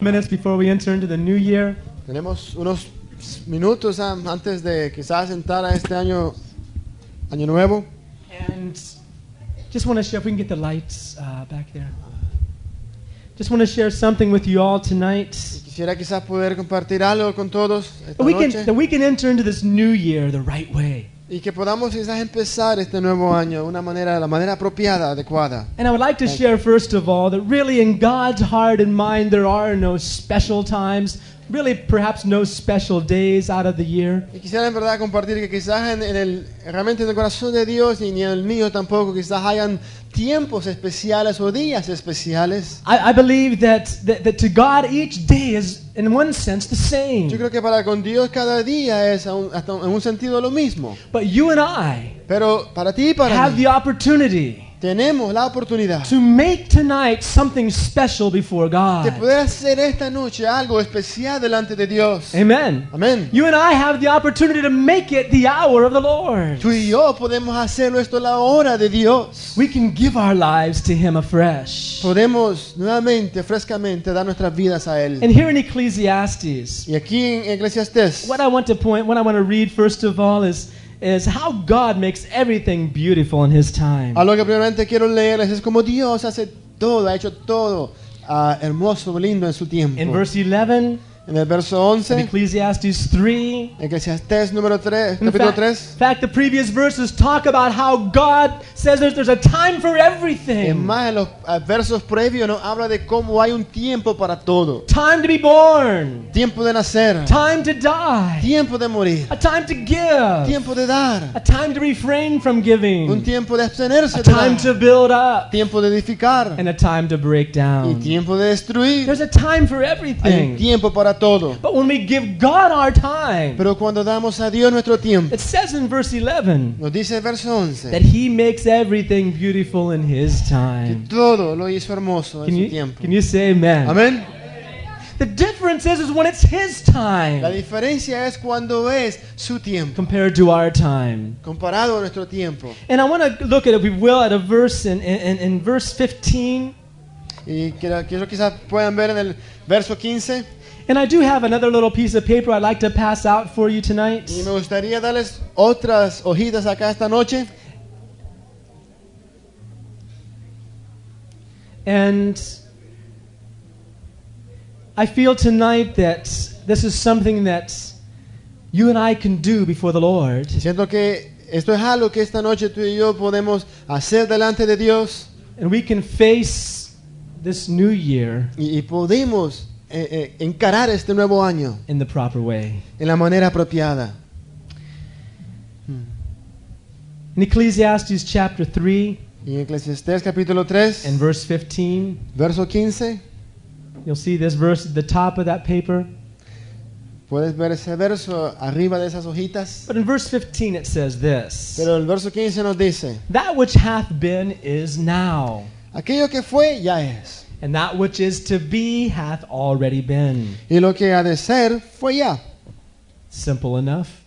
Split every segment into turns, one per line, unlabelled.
minutes before we enter into the new year.
Tenemos unos minutos Sam, antes de quizás entrar a este año, año nuevo.
And just want to share, if we can get the lights uh, back there. Just want to share something with you all tonight.
Quisiera quizás poder compartir algo con todos esta
That we, can, that
noche
we can enter into this new year the right way.
y que podamos quizás empezar este nuevo año de una manera, la manera apropiada, adecuada.
And I would like to share, first of all, that really in God's heart and mind, there are no special times, really, perhaps no special days out of the year.
Y quisiera en verdad compartir que quizás en, en el, realmente en el corazón de Dios y ni en el mío tampoco, quizás hayan tiempos especiales o días especiales.
I, I believe that, that, that to God, each day is, in one sense, the
Yo
same.
creo que para con Dios cada día es aún- hasta en un sentido lo mismo.
But you and I
Pero para ti y para
have
mí
the opportunity
tenemos la oportunidad
to make tonight something special before
de
God.
poder hacer esta noche algo especial delante de Dios.
Amen.
Amén.
You and I have the opportunity to make it the hour of the Lord.
Tú y yo podemos hacerlo esto la hora de Dios.
We can give our lives to Him afresh.
Podemos nuevamente, frescamente, dar nuestras vidas a Él.
And here in Ecclesiastes,
Y aquí en Eclesiastés,
what I want to point, what I want to read first of all is, is how God makes everything beautiful in His time.
a lo que primeramente quiero leerles es como Dios hace todo, ha hecho todo ah, hermoso, lindo en su tiempo.
In verse 11
En el verso
of
11,
Ecclesiastes 3,
Eclesiastés número 3,
in
capítulo
fact,
3.
in fact, the previous verses talk about how God says there's, there's a time for
Es
everything.
más, en los ah, versos previos nos habla de cómo hay un tiempo para todo.
Time to be born,
Tiempo de nacer,
time to die,
tiempo de morir,
a time to give,
tiempo de dar,
a time to refrain from
un
giving,
tiempo de abstenerse
a
de dar,
time to build up,
tiempo de edificar
and a time to break
y
down.
tiempo de destruir.
There's a time for
Hay un
everything.
tiempo para todo.
But when we give God our time,
Pero cuando damos a Dios nuestro tiempo,
It says in verse 11
nos dice el verso
that
11,
he makes everything beautiful in his
que
time.
todo lo hizo hermoso en
Can
su
you,
tiempo.
can you say amen?
Amén.
The difference is, is when it's his
La
time
diferencia es cuando es su tiempo,
compared to our time.
comparado a nuestro tiempo.
And I want to look at, if we will, at a verse in, in, in verse 15.
Y quiero, quiero quizás puedan ver en el verso 15.
And I do have another little piece of paper I'd like to pass out for you tonight.
Y me gustaría darles otras hojitas acá esta noche.
And I feel tonight that this is something that you and I can do before the Lord.
Siento que esto es algo que esta noche tú y yo podemos hacer delante de Dios.
And we can face this new year
Y, y podemos eh, eh, encarar este nuevo año
in the proper way.
en la manera apropiada.
In Ecclesiastes chapter 3
Y en Eclesiastés capítulo 3,
and verse 15,
verso 15,
you'll see this verse at the top of that paper.
puedes ver ese verso arriba de esas hojitas.
But in verse 15 it says this
Pero el verso 15 nos dice,
That which hath been is now,
aquello que fue ya es.
and that which is to be hath already been.
Y lo que ha de ser fue ya.
Simple enough.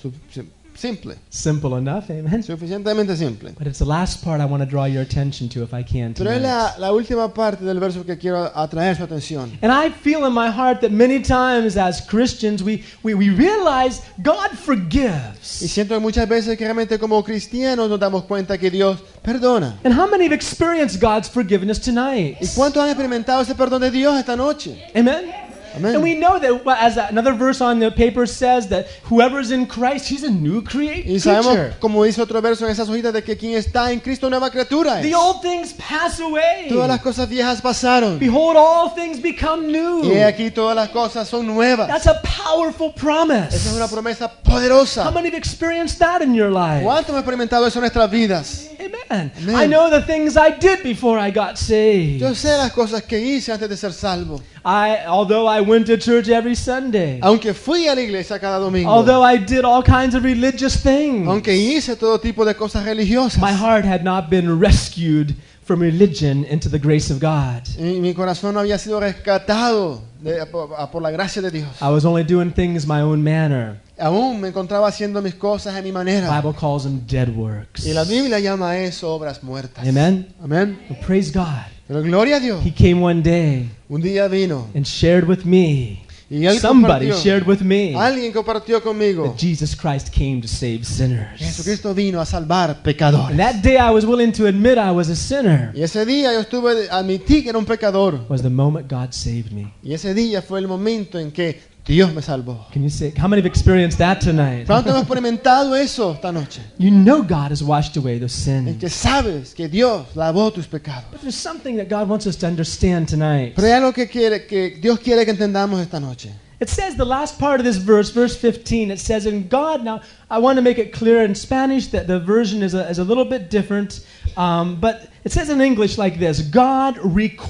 Su- sim- Simple,
Simple enough, amen.
suficientemente simple.
But it's the last part I want to draw your attention to if I can.
Pero es
tonight.
la, la última parte del verso que quiero atraer su atención.
And I feel in my heart that many times as Christians we, we, we realize God
Y
forgives.
siento que muchas veces que realmente como cristianos nos damos cuenta que Dios perdona.
And how many have experienced God's forgiveness tonight?
¿Y cuántos han experimentado ese perdón de Dios esta noche?
Amen? And we
Amén.
know that, well, as another verse on the paper says, that whoever's in Christ, he's a new crea-
Y sabemos,
creature.
como dice otro verso en esas hojitas, de que quien está en Cristo nueva criatura es.
The old things pass away.
Todas las cosas viejas pasaron.
Behold, all things become new.
Y he aquí todas las cosas son nuevas.
That's a powerful promise.
Esa es una promesa
How
poderosa.
many have experienced that in your life?
¿Cuántos hemos experimentado eso en nuestras vidas?
Amen.
Amen.
I know the things I did before I got saved.
Yo sé las cosas que hice antes de ser salvo.
I, although I went to church every Sunday,
Aunque fui a la iglesia cada domingo.
although I did all kinds of religious things,
Aunque hice todo tipo de cosas religiosas.
my heart had not been rescued from religion into the grace of God.
Y mi corazón no había sido rescatado de- por, a- por la gracia de Dios.
I was only doing things my own manner.
Aún me encontraba haciendo mis cosas a mi
The
manera.
Bible calls them dead works.
Y la Biblia llama a eso obras muertas.
Amen.
Amén.
Well, praise God
Pero gloria a Dios.
He came one day
Un día vino
and shared with me,
y él
somebody
compartió.
shared with me,
Alguien compartió conmigo.
that Jesus Christ came to save sinners.
Jesucristo vino a salvar
And
pecadores.
that day I was willing to admit I was a sinner,
Y ese día yo estuve, admití que era un pecador.
was the moment God saved me.
Y ese día fue el momento en que Dios me salvó.
Can you say, how many have experienced that tonight?
¿Cuánto hemos experimentado eso esta noche?
You know God has washed away those
En
sins.
que sabes que Dios lavó tus pecados.
But there's something that God wants us to understand tonight.
Pero hay algo que, quiere, que Dios quiere que entendamos esta noche.
It says the last part of this verse, verse 15, it says, In God, now I want to make it clear in Spanish that the version is a, is a little bit different, um, but it says in English like this God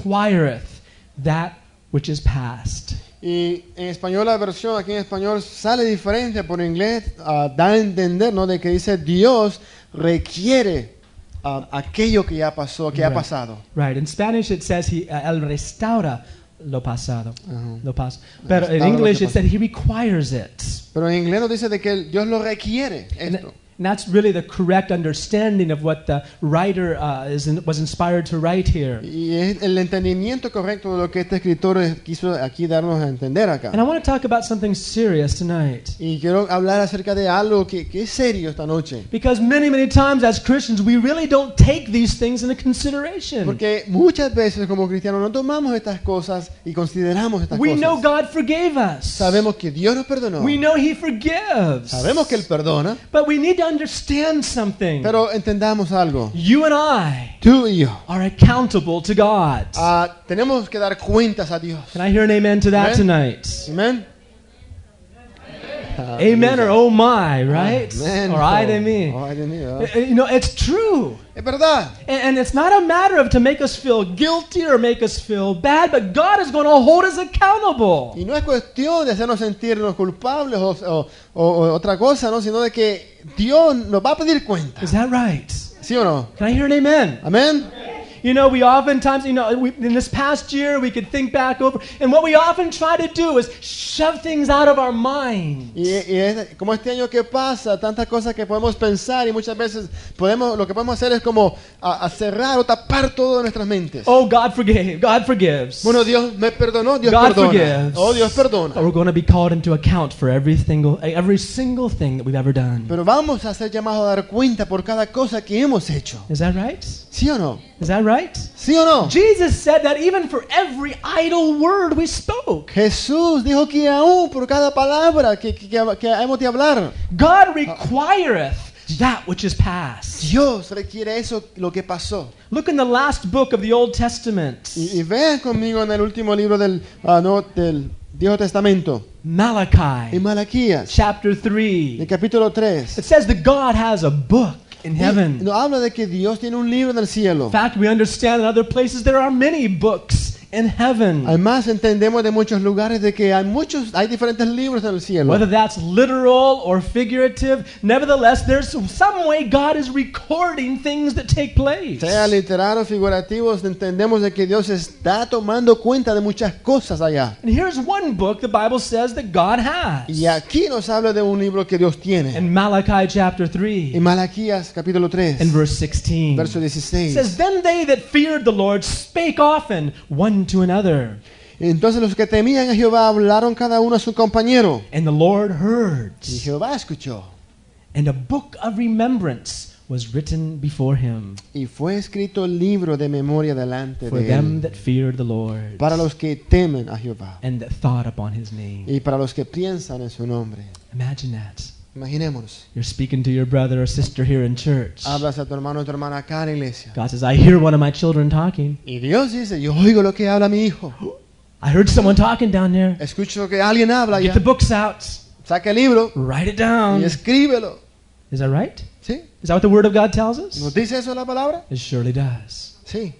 requireth that which is past.
Y en español la versión aquí en español sale diferente, por inglés ah, da a entender, ¿no? De que dice Dios requiere ah, aquello que ya pasó, que ha
Right.
pasado.
Right, in Spanish it says, he, uh, El restaura lo pasado.
Ujú.
Lo pas- but
Uh-huh. Restaura
in
lo
English
que
it said, He requires it.
Pero en inglés nos dice de que Dios lo requiere esto.
And that's really the correct understanding of what the writer uh, is in, was inspired to write here.
Y es el entendimiento correcto de lo que este escritor es- quiso aquí darnos a entender
And
acá.
I want to talk about something serious tonight.
Y quiero hablar acerca de algo que, que es serio esta noche.
Because many, many times as Christians, we really don't take these things into consideration.
Porque muchas veces como cristianos no tomamos estas cosas y consideramos estas
We know
cosas.
God forgave us.
Sabemos que Dios nos perdonó.
We know He forgives.
Sabemos que Él perdona.
But we need to understand something.
Pero entendamos algo.
You and I
Tú y yo
are accountable to God.
ah, tenemos que dar cuentas a Dios.
Can I hear an amen to that
Amen.
tonight?
Amén.
Amen or oh my, right?
Amén.
Or ay de mí.
Ay de mí, ¿verdad?
Uh, You know, it's true.
Es verdad.
And, and it's not a matter of to make us feel guilty or make us feel bad, but God is going to hold us accountable.
Y no es cuestión de hacernos sentirnos culpables o, o- o- o otra cosa, ¿no? Sino de que Dios nos va a pedir cuentas.
Is that right?
¿Sí o no?
Can I hear an amen?
Amén.
You know, we oftentimes, you know, we, in this past year, we could think back over, and what we often try to do is shove things out of our mind.
Y, y es como este año que pasa, tantas cosas que podemos pensar y muchas veces podemos, lo que podemos hacer es como a, a cerrar o tapar todo de nuestras mentes.
Oh, God forgave. God forgives.
Bueno, Dios me perdonó, Dios
God
perdona.
forgives.
Oh, Dios perdona.
But we're going to be called into account for every single, every single thing that we've ever done.
Pero vamos a ser llamados a dar cuenta por cada cosa que hemos hecho.
Is that right?
¿Sí o no?
Is that right?
¿Sí o no?
Jesus said that even for every idle word we spoke,
Jesús dijo que aún por cada palabra que, que, que- que hemos de hablar, Uh,
God requireth that which is past.
Dios requiere eso, lo que pasó.
Look in the last book of the Old Testament,
Y, y vean conmigo en el último libro del, ah, no, del Viejo Testamento, en
Malachi
Malaquías,
chapter
en el
3.
capítulo 3.
It says that God has a book in
Y
heaven. In
Nos habla de que Dios tiene un libro en el cielo.
fact, we understand in other places there are many books in heaven.
Además entendemos de muchos lugares de que hay muchos, hay diferentes libros en el cielo.
Whether that's literal or figurative, nevertheless, there's some way God is recording things that take place.
Sea literal o figurativos, entendemos de que Dios está tomando cuenta de muchas cosas allá.
And here's one book the Bible says that God has.
Y aquí nos habla de un libro que Dios tiene.
In Malachi chapter
En
3
Malaquías capítulo 3,
and verse 16.
verso
It
16.
says, Then they that feared the Lord spake often one to another,
Entonces los que temían a Jehová hablaron cada uno a su compañero.
and the Lord heard.
Y Jehová escuchó.
And a book of remembrance was written before him
Y fue escrito el libro de memoria delante
for
de
them
él.
that feared the Lord
Para los que temen a Jehová.
and that thought upon his name.
Y para los que piensan en su nombre.
Imagine that.
Imaginémonos.
You're speaking to your brother or sister here in church.
Hablas a tu hermano o tu hermana acá en la iglesia.
God says, I hear one of my children talking.
Y Dios dice, yo oigo lo que habla mi hijo.
I heard someone talking down there.
Escucho que alguien habla
Get
ya.
the books out.
Saca el libro
Write it down.
y escríbelo.
Is that right?
¿Sí?
Is that what the Word of God tells us?
¿Nos dice eso la palabra?
It surely does.
Sí.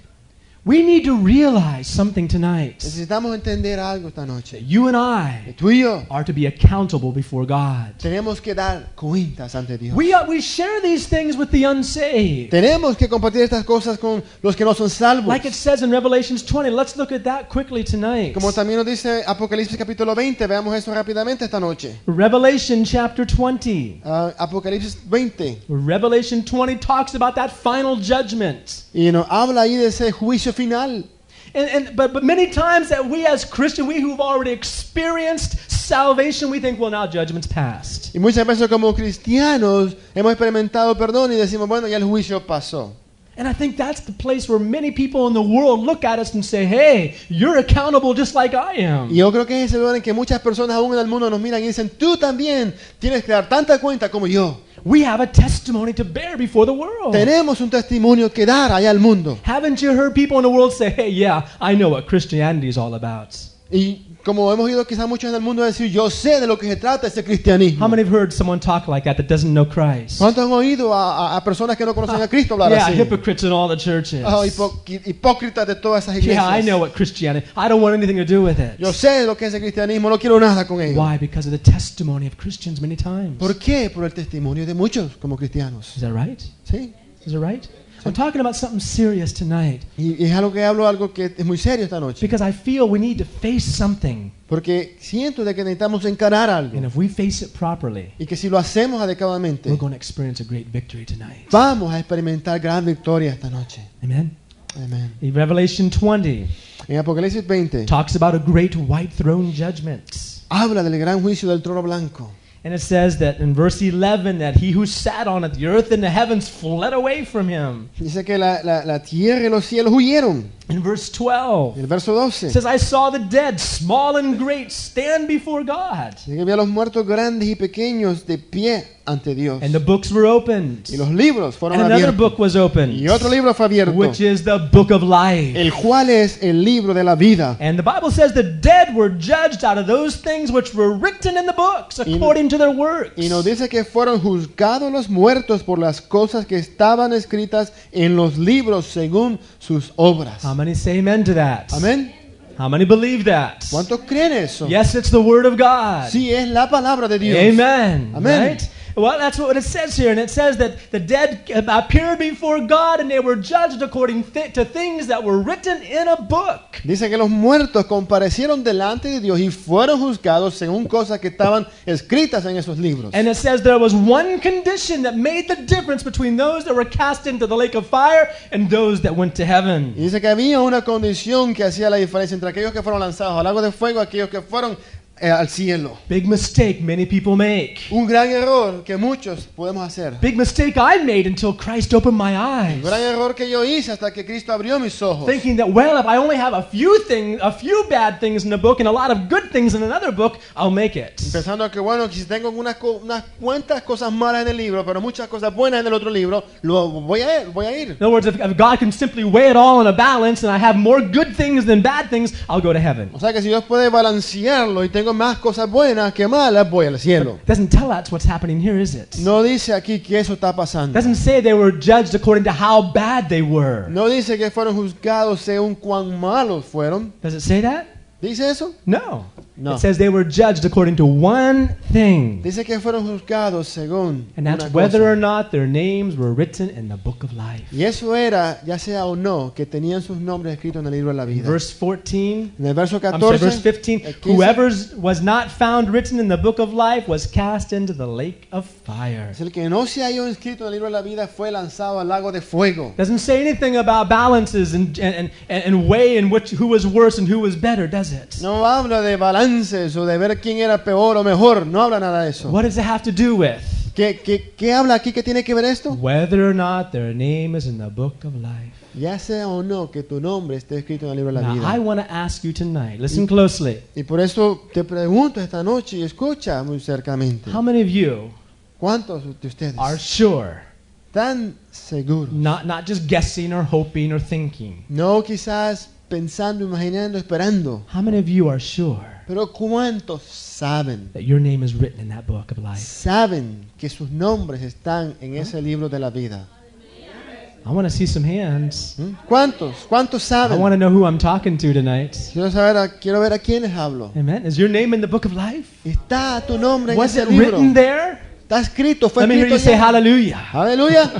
We need to realize something tonight.
Necesitamos entender algo esta noche.
You and I
Tú y yo
are to be accountable before God.
tenemos que dar cuentas ante Dios.
We, are, we share these things with the unsaved.
Tenemos que compartir estas cosas con los que no son salvos.
Like it says in Revelations 20, let's look at that quickly tonight.
Como también nos dice Apocalipsis capítulo 20, veamos eso rápidamente esta noche.
Revelation chapter 20.
Ah, Apocalipsis 20.
Revelation 20 talks about that final judgment.
Y nos habla ahí de ese juicio final.
And, and but, but many times that we as Christian, we who've already experienced salvation, we think, well, now judgment's passed.
Y muchas veces como cristianos hemos experimentado perdón y decimos, bueno, ya el juicio pasó.
And I think that's the place where many people in the world look at us and say, hey, you're accountable just like I am.
Y yo creo que es ese lugar en que muchas personas aún en el mundo nos miran y dicen, tú también tienes que dar tanta cuenta como yo.
We have a testimony to bear before the world.
Tenemos un testimonio que dar allá al mundo.
Haven't you heard people in the world say, hey, yeah, I know what Christianity is all about?
Y como hemos oído quizás muchos en el mundo decir, yo sé de lo que se trata ese
How
cristianismo.
many have heard someone talk like that that doesn't know Christ?
¿Cuántos han oído a, a- a personas que no conocen a Cristo hablar
Yeah,
así?
hypocrites in all the churches.
Ah, hipo- hipócritas de todas esas
Yeah, I know
iglesias.
what Christianity. I don't want anything to do with it.
Yo sé de lo que es el cristianismo, no quiero nada con ello.
Why? Because of the testimony of Christians many times.
¿Por qué? Por el testimonio de muchos como cristianos.
Is that right?
¿sí?
Is that right? I'm talking about something serious tonight
Y y es algo que hablo, algo que es muy serio esta noche.
because I feel we need to face something.
Porque siento de que necesitamos encarar
And
algo.
if we face it properly,
Y que si lo hacemos
we're
adecuadamente,
going to experience a great victory tonight.
vamos a experimentar gran victoria esta noche.
Amen.
Amén.
In Revelation 20
En Apocalipsis 20
talks about a great white throne judgment.
habla del gran juicio del trono blanco.
And it says that in verse 11 that he who sat on it, the earth and the heavens fled away from him.
Dice que la, la- la tierra y los cielos huyeron.
In verse 12,
En el verso
it
12
says, I saw the dead, small and great, stand before God.
dice que vi a los muertos grandes y pequeños de pie ante Dios.
And the books were opened.
Y los libros fueron
And another
abiertos.
book was opened,
Y otro libro fue abierto,
which is the book of life.
el cual es el libro de la vida.
And the Bible says the dead were judged out of those things which were written in the books according to their works.
Y nos dice que fueron juzgados los muertos por las cosas que estaban escritas en los libros según sus obras.
How many say amen to that?
Amén.
How many believe that?
¿Cuántos creen eso?
Yes, it's the word of God.
Sí, es la palabra de Dios.
Amen.
Amen.
Right? Well, that's what it says here, and it says that the dead uh, appeared before God, and they were judged according thi- to things that were written in a book.
Dice que los muertos comparecieron delante de Dios y fueron juzgados según cosas que estaban escritas en esos libros.
And it says there was one condition that made the difference between those that were cast into the lake of fire and those that went to
Y
heaven.
dice que había una condición que hacía la diferencia entre aquellos que fueron lanzados al lago de fuego y aquellos que fueron eh, al cielo.
Big mistake many people make.
Un gran error que muchos podemos hacer.
Big mistake I made until Christ opened my
Un gran
eyes.
error que yo hice hasta que Cristo abrió mis ojos.
Thinking that well, if I only have a few things, a few bad things in a book and a lot of good things in another book, I'll make it.
Pensando que bueno, si tengo unas, co- unas cuantas cosas malas en el libro, pero muchas cosas buenas en el otro libro, lo voy a ir, voy a ir.
In other words, if, if God can simply weigh it all in a balance and I have more good things than bad things, I'll go to heaven.
O sea que si Dios puede balancearlo y tengo más cosas buenas que malas, voy al cielo.
Doesn't tell us what's happening here, is it?
No dice aquí que eso está pasando.
Doesn't say they were judged according to how bad they were.
No dice que fueron juzgados según cuán malos fueron.
Does it say that?
¿Dice eso?
No.
No.
It says they were judged according to one thing,
Dice que fueron juzgados según
and that's
una
whether
cosa.
or not their names were written in the book of life.
Y eso era, ya sea o no, que tenían sus nombres escritos en el libro de la vida.
Verse 14.
En el verso
I'm sorry,
14,
verse 15.
el 15,
Whoever was not found written in the book of life was cast into the lake of fire.
es el que no se halló inscrito en el libro de la vida fue lanzado al lago de fuego.
Doesn't say anything about balances and and and, and way in which who was worse and who was better, does it?
No habla de balances o de ver quién era peor o mejor. No habla nada de eso.
What does it have to do with
¿Qué, qué, qué habla aquí que tiene que ver esto?
whether or not their name is in the book of life?
Ya sea o no que tu nombre esté escrito en el libro de la
Now, I
vida.
want to ask you tonight. Listen closely.
Y por eso te pregunto esta noche y escucha muy cercamente.
How many of you
¿Cuántos de ustedes
are sure?
están seguros?
Not not just guessing or hoping or thinking.
No quizás pensando, imaginando, esperando.
How many of you are sure
Pero ¿cuántos saben?
that your name is written in that book of life?
Saben que sus nombres están en ese libro de la vida.
I want to see some hands.
¿Mm? ¿Cuántos? ¿Cuántos
I want to
saben?
know who I'm talking to tonight.
Quiero saber, a- quiero ver a quiénes hablo.
Amen. Is your name in the book of life?
Está tu nombre en
Was
ese
it
libro.
written there?
Está escrito, fue
Let me hear you
escrito.
say
ya.
hallelujah.
Aleluya.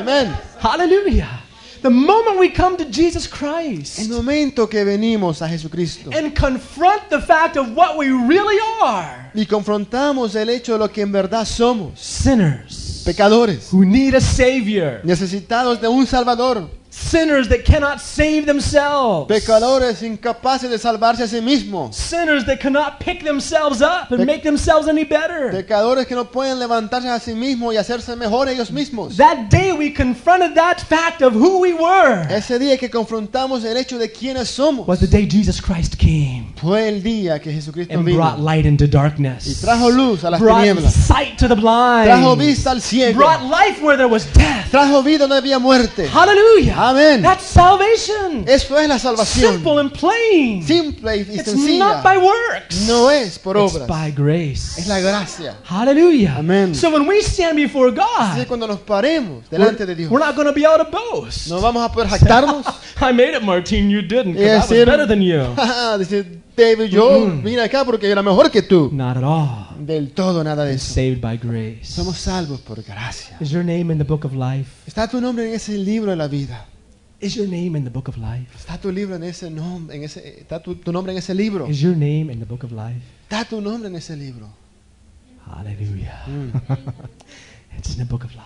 Amén.
Hallelujah. The moment we come to Jesus
El
Christ
momento que venimos a Jesucristo
and confront the fact of what we really are
y confrontamos el hecho de lo que en verdad somos,
sinners
pecadores,
who need a Savior.
necesitados de un Salvador.
sinners that cannot save themselves,
Pecadores incapaces de salvarse a sí mismos.
sinners that cannot pick themselves up and make themselves any better.
Pecadores que no pueden levantarse a sí mismos y hacerse mejor ellos mismos.
That day we confronted that fact of who we were
Ese día que confrontamos el hecho de quiénes somos
was the day Jesus Christ came
fue el día que Jesucristo
and brought
vino
light into
y
darkness,
trajo luz a las
brought
tinieblas,
sight to the
trajo
blind,
vista al ciego,
brought life where there was death.
trajo vida donde había muerte.
Hallelujah.
Amen.
That's salvation.
Eso es la salvación,
Simple and plain.
simple y
It's
sencilla.
not by works.
No es por
It's
obras,
by grace.
es la gracia.
Hallelujah.
Amen.
So when we stand before
Así que
God,
cuando nos paremos delante de
we're,
Dios,
we're not going to be able to boast.
no vamos a poder jactarnos
I made it, Martine. You didn't. 'cause
y
I was
decir,
better than you.
"Ah", decir, David, yo vine acá porque era mejor que tú.
Not at all.
Del todo nada de eso.
Saved by grace.
Somos salvos por gracia.
Is your name in the book of life?
Está tu nombre en ese libro de la vida.
Is your name in the book of life?
Está tu libro en ese nombre, en ese, eh, está tu, tu nombre en ese libro.
Is your name in the book of life?
Está tu nombre en ese libro.
Hallelujah. Hmm. it's in the book of life.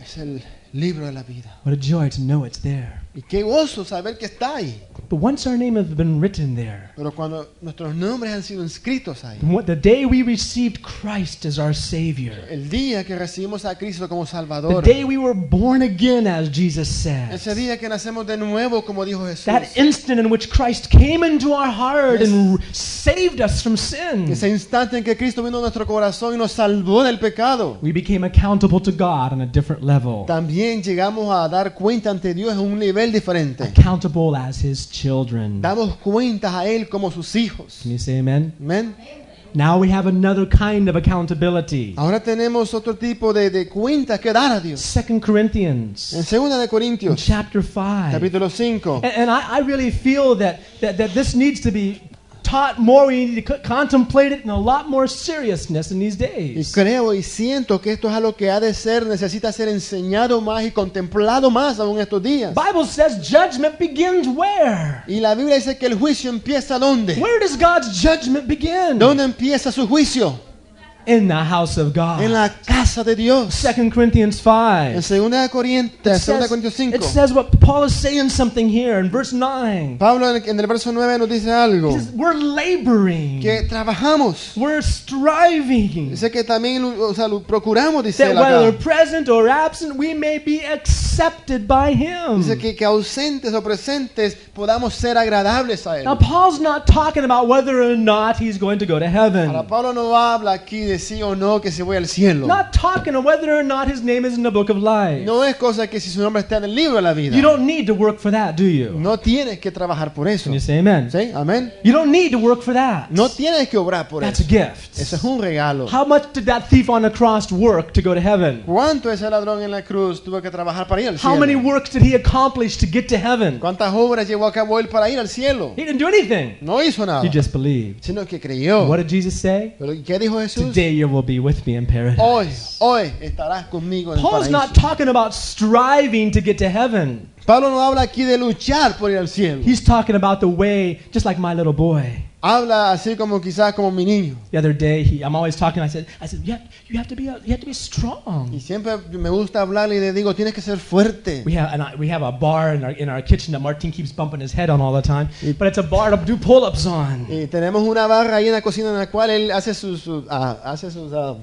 Es el libro de la vida.
What a joy to know it's there.
Y qué gozo saber que está ahí.
But once our name has been written there,
Pero cuando nuestros nombres han sido inscritos ahí,
What the day we received Christ as our Savior,
el día que recibimos a Cristo como
the
Salvador,
day we were born again, as Jesus
ese
says,
día que nacemos de nuevo, como dijo Jesús,
that instant in which Christ came into our heart and saved us from sin,
ese instante en que Cristo vino a nuestro corazón y nos salvó del pecado,
we became accountable to God on a different level,
también llegamos a dar cuenta ante Dios en un nivel diferente.
accountable as His children. Can
Damos cuentas a Él como sus hijos.
you say amen?
Amén.
Now we have another kind of accountability.
Ahora tenemos otro tipo de, de cuentas que dar a Dios.
Second
En
Corinthians,
2 de Corintios,
chapter 5.
capítulo 5.
And, and I, I really feel that, that, that this needs to be taught more. We need to c- contemplate it in a lot more seriousness in these
Y
days.
creo y siento que esto es algo que ha de ser, necesita ser enseñado más y contemplado más aún estos días.
Bible says judgment begins where?
Y la Biblia dice que el juicio empieza ¿dónde?
Where does God's judgment begin?
¿Dónde empieza su juicio?
In the house of
En
God.
la casa de Dios.
Second Corinthians
En
5.
2 Corintios, 2 eh, Corintios
it
5.
says what Paul is saying something here in verse 9.
Pablo en el- en el verso 9 nos dice algo.
He says, We're laboring,
Que trabajamos.
we're striving.
Dice que también o sea, lo procuramos, dice
That
él
whether
acá.
present or absent, we may be accepted by him.
Dice que, que ausentes o presentes podamos ser agradables a él.
Now, Paul's not talking about whether or not he's going to go to
Ahora
heaven.
Pablo no habla aquí de sí o no que se voy al cielo.
Not talking of whether or not his name is in the book of life.
No es cosa que si su nombre está en el libro de la vida.
You don't need to work for that, do you?
No tienes que trabajar por eso.
Can you say amen?
¿Sí? Amén.
You don't need to work for that.
No tienes que obrar por
That's a
eso.
gift.
Eso es un regalo.
How much did that thief on the cross work to go to heaven?
¿Cuánto ese ladrón en la cruz tuvo que trabajar para ir al
How many
cielo?
works did he accomplish to get to heaven?
¿Cuántas obras llevó a cabo él para ir al cielo?
He didn't do anything.
No Oh. hizo nada,
He just believed.
sino que creyó.
What did Jesus say?
¿Pero ¿y qué dijo Jesús?
Today you will be with me in paradise.
Hoy, hoy estarás conmigo en el
Paul's
paraíso.
not talking about striving to get to heaven.
Pablo no habla aquí de luchar por ir al cielo.
He's talking about the way, just like my little boy.
Habla así como quizás como mi niño.
The other day, he, I'm always talking. I said, I said, you have, you have to be, a, you have to be
Y
strong.
siempre me gusta hablarle y le digo, tienes que ser fuerte.
We have, and I, we have a bar in our, in our kitchen that Martin keeps bumping his head on all the time. But it's a bar to do pull-ups on.
Y tenemos una barra ahí en la cocina en la cual él hace sus, sus- ah, hace sus ah,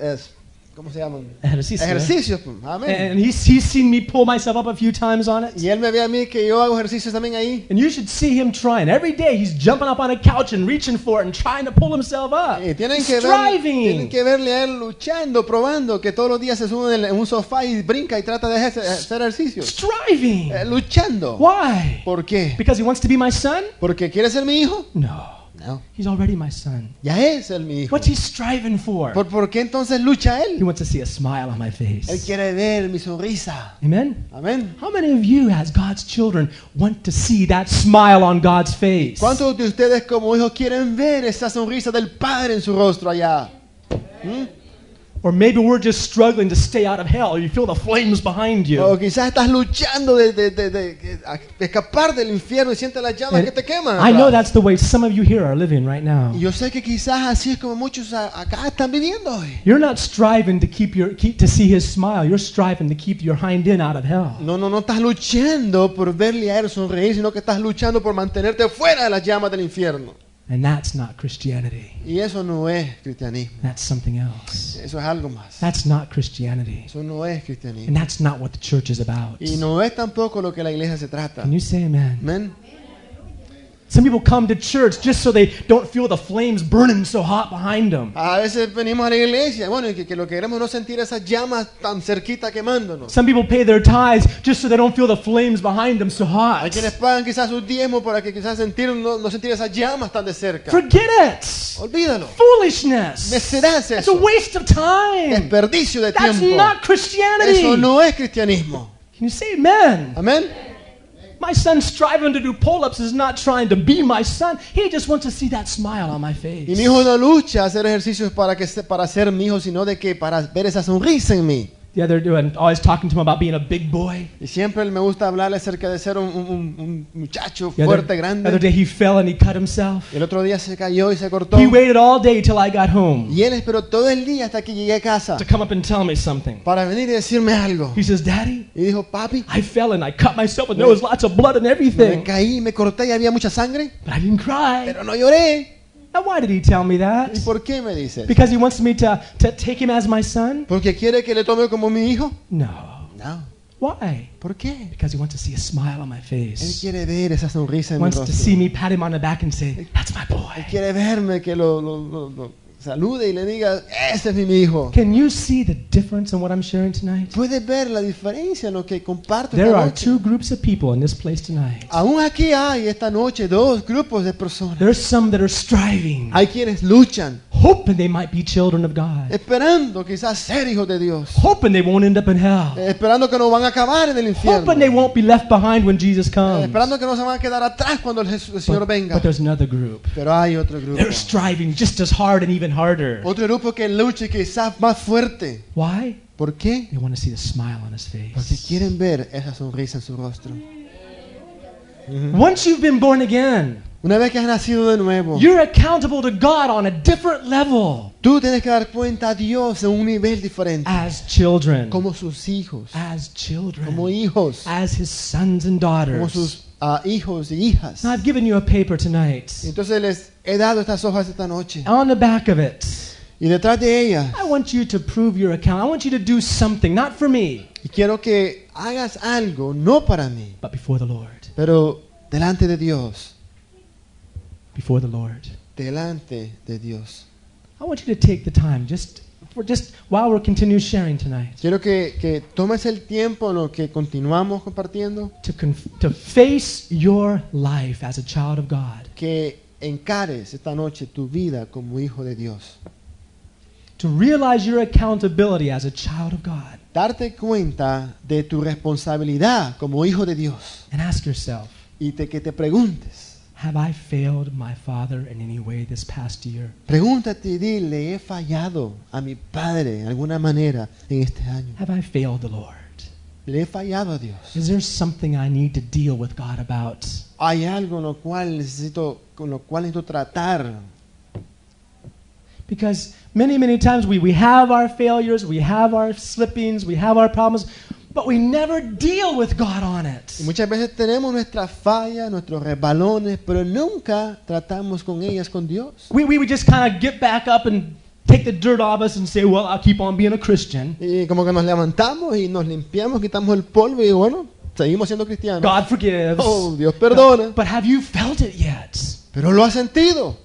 es- ¿cómo se llaman?
Ejercicio. ¿eh?
Ejercicios. pues. Amén.
And he's, he's seen me pull myself up a few times on it.
Y él me ve a mí que yo hago ejercicios también ahí.
And you should see him trying. Every day, he's jumping up on a couch and reaching for it and trying to pull himself up.
Y tienen
He's
que, ver, tienen
striving.
que verle a él luchando, probando, que todos los días se sube en el- en un sofá y brinca y trata de ejer- hacer ejercicios.
Striving.
Eh, luchando.
Why?
¿Por qué?
Because he wants to be my son?
¿Porque quiere ser mi hijo?
No.
No.
He's already my son.
Ya es el mi hijo.
What's he striving for?
¿Por, por qué entonces lucha
He
él?
wants to see a smile on my
Él
face.
quiere ver mi sonrisa.
Amen.
Amén.
How many of you, as God's children, want to see that smile on God's face?
¿Cuántos de ustedes como hijos quieren ver esa sonrisa del Padre en su rostro allá?
Or maybe we're just struggling to stay out of hell. You feel the flames behind you.
O quizás estás luchando de, de- de- de- de escapar del infierno y sientes las llamas
And
que te queman.
I know
atrás.
that's the way some of you here are living right now.
Y Yo sé que quizás así es como muchos a- acá están viviendo hoy.
You're not striving to keep your keep, to see his smile. You're striving to keep your hind end out of hell.
No, no, no estás luchando por verle a él sonreír, sino que estás luchando por mantenerte fuera de las llamas del infierno.
And that's not Christianity.
Y eso no es cristianismo.
That's something else.
Eso es algo más.
That's not Christianity.
Eso no es
And
cristianismo.
that's not what the church is about.
Y no es tampoco lo que la iglesia se trata.
Can you say amen?
Amén.
Some people come to church just so they don't feel the flames burning so hot behind them.
A veces venimos a la iglesia, bueno, y que, que lo que queremos es no sentir esas llamas tan cerquita quemándonos.
Some people pay their tithes just so they don't feel the flames behind them so
Hay
hot.
quienes pagan quizás sus diezmos para que quizás sentir, no, no sentir esas llamas tan de cerca.
Forget it.
Olvídalo.
Foolishness.
Necedad es
It's a
eso.
waste of time.
Desperdicio de
That's
tiempo.
not Christianity.
Eso
Can
no es cristianismo.
you say amen?
Amén.
My son striving to do pull-ups is not trying to be my son. He just wants to see that smile on my face.
Y mi hijo no lucha a hacer ejercicios para, que, se- para ser mi hijo, sino de que para ver esa sonrisa en mí.
The other day, I'm always talking to him about being a big boy.
Y siempre me gusta hablarle acerca de ser un, un- un- un muchacho
The other,
fuerte,
the other
grande.
day, he fell and he cut himself.
El otro día se cayó y se cortó.
He waited all day till I got home
Y él esperó todo el día hasta que llegué a casa
to come up and tell me something.
para venir y decirme algo.
He says, "Daddy,
Y dijo, papi,
I fell and I cut myself, and there was lots of blood and
me
everything,
caí, me corté y había mucha sangre,
but I didn't cry."
pero no lloré.
Now, why did he tell me that?
¿Y por qué me dices?
Because he wants me to, to take him as my son?
¿Porque quiere que le tome como mi hijo?
No.
No.
Why?
¿Por qué?
Because he wants to see a smile on my
Él
face.
quiere ver esa sonrisa en mi
wants to see
rostro.
me pat him on the back and say, That's my
Él
boy.
quiere verme que lo, lo- lo- lo salude y le diga, ese es mi hijo.
Can you see the difference in what I'm sharing tonight?
Puede ver la diferencia en lo que comparto
There
esta
are
noche.
two groups of people in this place tonight.
Aún aquí hay esta noche dos grupos de personas.
There's some that are striving,
Hay quienes luchan,
hoping they might be children of God,
esperando quizás ser hijos de Dios.
hoping they won't end up in hell,
Esperando que no van a acabar en el infierno.
hoping they won't be left behind when Jesus comes. But,
Eh, Esperando que no se van a quedar atrás cuando el, Jes- el Señor venga.
but there's another group.
Pero hay otro grupo.
They're striving just as hard and even harder.
Otro grupo que lucha y quizás más fuerte.
Why?
¿Por qué?
They want to see the smile on his
Porque
face.
quieren ver esa sonrisa en su rostro.
Once you've been born again,
Una vez que has nacido de nuevo,
you're accountable to God on a different level
tú tienes que dar cuenta a Dios en un nivel diferente.
as children.
Como sus hijos,
as
como
children,
hijos,
as his sons and
como sus
daughters.
ah, hijos y hijas.
Now, I've given you a paper tonight.
Entonces les he dado estas hojas esta noche.
On the back of it,
Y detrás de ellas,
I want you to prove your account. I want you to do something, not for me,
y quiero que hagas algo, no para mí,
but before the Lord.
pero delante de Dios,
Before the Lord.
delante de Dios.
I want you to take the time just for just while we're continue sharing tonight
Quiero que, que tomes el tiempo en lo que continuamos compartiendo,
to conf- to face your life as a child of God,
que encares esta noche tu vida como hijo de Dios.
to realize your accountability as a child of God,
Darte cuenta de tu responsabilidad como hijo de Dios
and ask yourself,
y te, que te preguntes.
have I failed my father in any way this past year?
Pregúntate y dile, he fallado a mi padre de alguna manera en este año.
Have I failed the Lord?
Le he fallado a Dios.
Is there something I need to deal with God about?
Hay algo en lo cual necesito, con lo cual necesito tratar.
Because many, many times we, we have our failures, we have our slippings, we have our problems, but we never deal with God on it.
Y muchas veces tenemos nuestras fallas, nuestros resbalones, pero nunca tratamos con ellas con Dios.
We, we would just kind of get back up and take the dirt off us and say, well, I'll keep on being a Christian.
Y como que nos levantamos y nos limpiamos, quitamos el polvo y bueno, seguimos siendo cristianos.
God forgives.
Oh, Dios perdona.
But have you felt it yet?
Pero lo has sentido.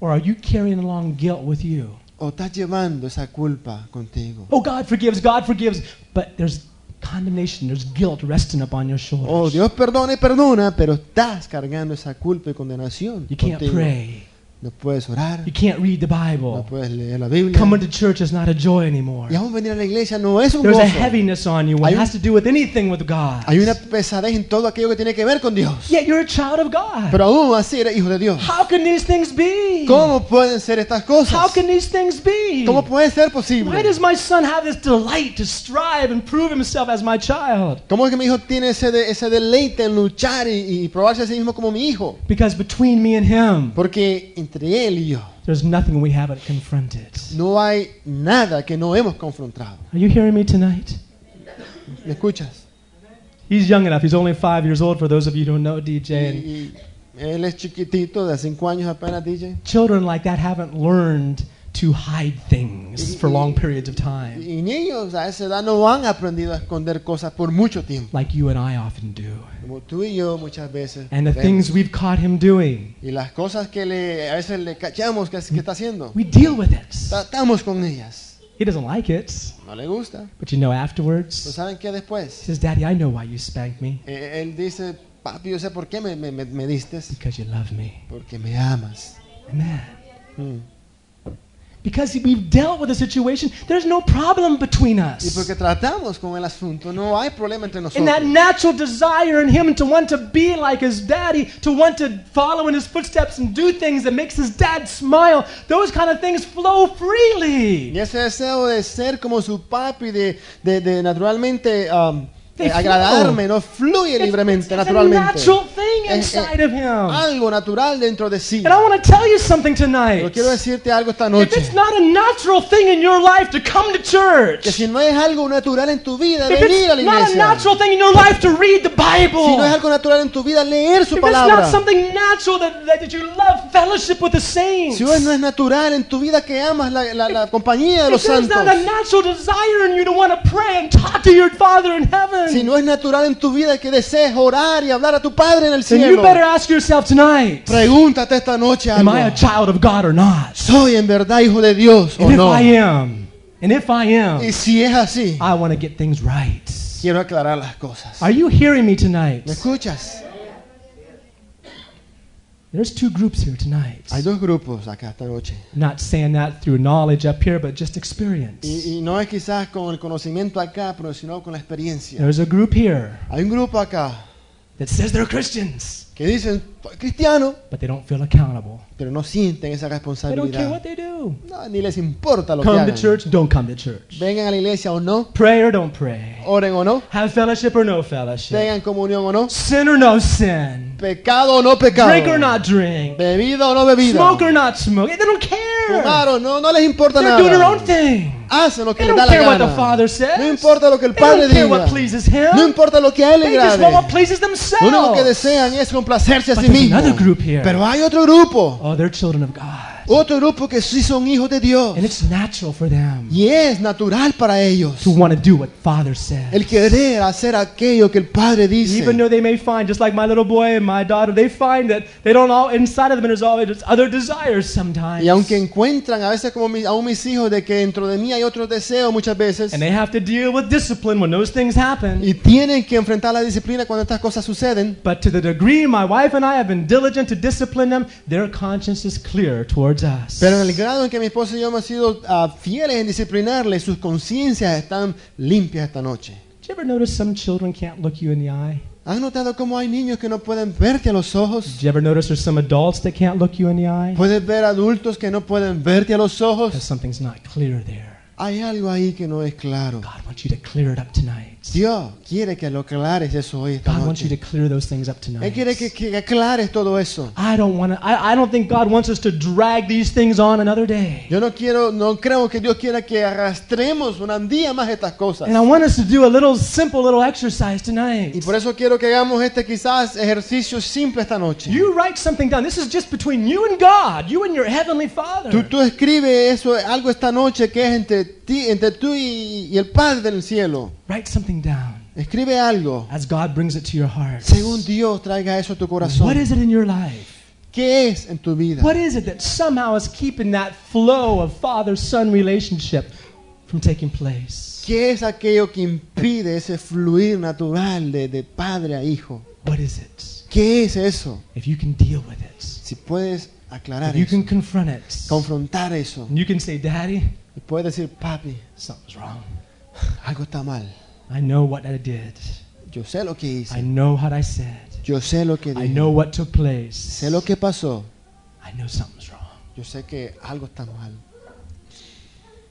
Or are you carrying along guilt with you?
O estás llevando esa culpa contigo.
Oh, God forgives, God forgives. But there's condemnation, there's guilt resting upon your shoulders.
Oh, Dios perdona y perdona, pero estás cargando esa culpa y condenación.
You can't
contigo.
pray.
No puedes orar,
You can't read the
no
Bible.
puedes leer la Biblia.
Coming to church is not a joy anymore.
Y aún venir a la iglesia no es un
There's
gozo.
a heaviness on you when
Hay
it
un-
has to do with anything with God.
Hay una pesadez en todo aquello que tiene que ver con Dios.
Yet you're a child of God.
Pero aún así eres hijo de Dios.
How can these things be?
¿Cómo pueden ser estas
How
cosas?
can these things be?
¿Cómo puede ser
Why
posible?
does my son have this delight to strive and prove himself as my child?
¿Cómo es que mi hijo tiene ese, de- ese deleite en luchar y, y probarse a sí mismo como mi hijo?
Because between me and him,
Porque entre él y yo
there's nothing we haven't confronted.
no hay nada que no hemos confrontado.
Are you hearing me tonight?
¿Me escuchas?
He's young enough. He's only five years old, for those of you who don't know
Y,
DJ. And
y él es chiquitito, de 5 años apenas, DJ.
children like that haven't learned to hide things for long periods of time,
Y niños a esa edad no han aprendido a esconder cosas por mucho tiempo.
like you and I often do.
Como tú y yo muchas veces.
And the
vemos.
things we've caught him doing,
Y las cosas que le, a veces le cachamos que, que está haciendo.
we deal with it.
Tratamos con ellas.
He doesn't like it,
No le gusta.
but you know,
Pero
afterwards,
¿saben qué
he
después?
says, Daddy, I know why you spanked me.
Eh, él dice, papi, yo sé por qué me, me, me- me diste.
Because you love me.
Porque me amas.
Amen.
Mm.
Because we've dealt with the situation, there's no problem between
Y
us.
porque tratamos con el asunto, no hay problema entre
And that
nosotros.
natural desire in him to want to be like his daddy, to want to follow in his footsteps and do things that makes his dad smile, those kind of things flow
Y
freely.
ese deseo de ser como su papi, de, de, de naturalmente um,
They
eh, agradarme, no fluye
It's, it's
libremente,
a
naturalmente.
natural thing
Eh,
inside
eh,
of him.
Algo natural dentro de sí.
And I want to tell you something
Pero
tonight.
quiero decirte algo esta
If
noche.
it's not a natural thing in your life to come to church,
Que
if
si no es algo natural en tu vida, venir a la
it's not a
iglesia.
natural thing in your life to read the
Si
Bible,
no es algo natural en tu vida, leer su
if it's not
palabra.
something natural that, that you love fellowship with the saints,
Si no es- no es natural en tu vida que amas la, la- la compañía de los
If there's
santos.
not a natural desire in you to want to pray and talk to your Father in heaven,
Si no es natural en tu vida que desees orar y hablar a tu Padre en el
then you
cielo.
better ask yourself tonight
Pregúntate esta noche
Am
algo.
I a child of God or not?
¿Soy en verdad hijo de Dios o
And if
no?
I am, and if I am,
Y si es así,
I want to get things right.
quiero aclarar las cosas.
Are you hearing me tonight?
¿Me escuchas?
There's two groups here tonight.
Hay dos grupos acá esta noche.
Not saying that through knowledge up here, but just experience.
Y, y no es quizás con el conocimiento acá, pero sino con la experiencia.
There's a group here
Hay un grupo acá
that says they're Christians,
que dicen, soy cristiano,
but they don't feel accountable.
pero no sienten esa
They don't care what
responsabilidad.
they do.
No, ni les importa lo que
Come to
hagan.
church, don't come to church.
Vengan a la iglesia o no,
Pray or don't pray.
oren o no,
Have fellowship or no fellowship.
tengan comunión o no,
Sin or no sin.
pecado o no pecado,
Drink or not drink.
bebida o no bebida,
Smoke or not smoke. They don't
fumar
care.
o no, no les importa
They're doing their own
nada.
thing.
Hacen lo que
They
les
don't
da la
care what the
gana.
father says.
No importa lo que el
They don't
padre
care what
diga.
pleases him.
No importa lo que a él le
They just want what
agrade.
pleases
Lo único que
themselves.
desean es complacerse a
But
sí
there's
mismos.
another group here.
Pero hay otro grupo.
Oh, they're children of God.
Otro grupo que sí son hijos de Dios.
And it's natural for them
Y es natural para ellos.
to want to do what father says.
El querer hacer aquello que el Padre dice.
Even though they may find, just like my little boy and my daughter, they find that they don't all, inside of them there's always other desires sometimes.
Y aunque encuentran a veces como mi- aún mis hijos de que dentro de mí hay otros deseos muchas veces
And they have to deal with discipline when those things happen.
y tienen que enfrentar la disciplina cuando estas cosas suceden,
But to the degree my wife and I have been diligent to discipline them, their conscience is clear towards us.
pero en el grado en que mi esposa y yo hemos sido ah, fieles en disciplinarles, sus conciencias están limpias esta noche.
Did you ever notice some children can't look you in the eye?
¿Han notado cómo hay niños que no pueden verte a los ojos?
Did you ever notice there's some adults that can't look you in the eye?
¿Puedes ver adultos que no pueden verte a los
Because
ojos?
something's not clear there.
Hay algo ahí que no es claro.
God wants you to clear it up tonight.
Dios quiere que lo aclares eso hoy esta
God wants you to
noche.
clear those things up tonight.
Él quiere que, que aclares todo eso.
I don't want to. I, I don't think God wants us to drag these things on another day.
Yo no quiero, no creo que Dios quiera que arrastremos un día más estas cosas.
And I want us to do a little simple little exercise
Y
tonight.
por eso quiero que hagamos este quizás ejercicio simple esta noche.
You write something down. This is just between you and God, you and your heavenly Father.
Tú, tú escribe eso, algo esta noche que es entre ti, entre tú y, y el Padre del cielo.
Write something down
Escribe algo.
as God brings it to your heart.
Según Dios traiga eso a tu
What
corazón.
is it in your life?
¿Qué es en tu vida?
What is it that somehow is keeping that flow of father son relationship from taking place?
¿Qué es aquello que impide ese fluir natural de, de padre a hijo?
What is it?
¿Qué es eso?
If you can deal with it,
Si puedes aclarar
you
eso,
can confront it.
confrontar eso.
And you can say, Daddy,
Y puedes decir, papi,
something's wrong.
algo está mal.
I know what I did.
Yo sé lo que
I
hice.
know what I said.
Yo sé lo que
I
dije.
know what took place.
Sé lo que pasó.
I know something's wrong.
Yo sé que algo está mal.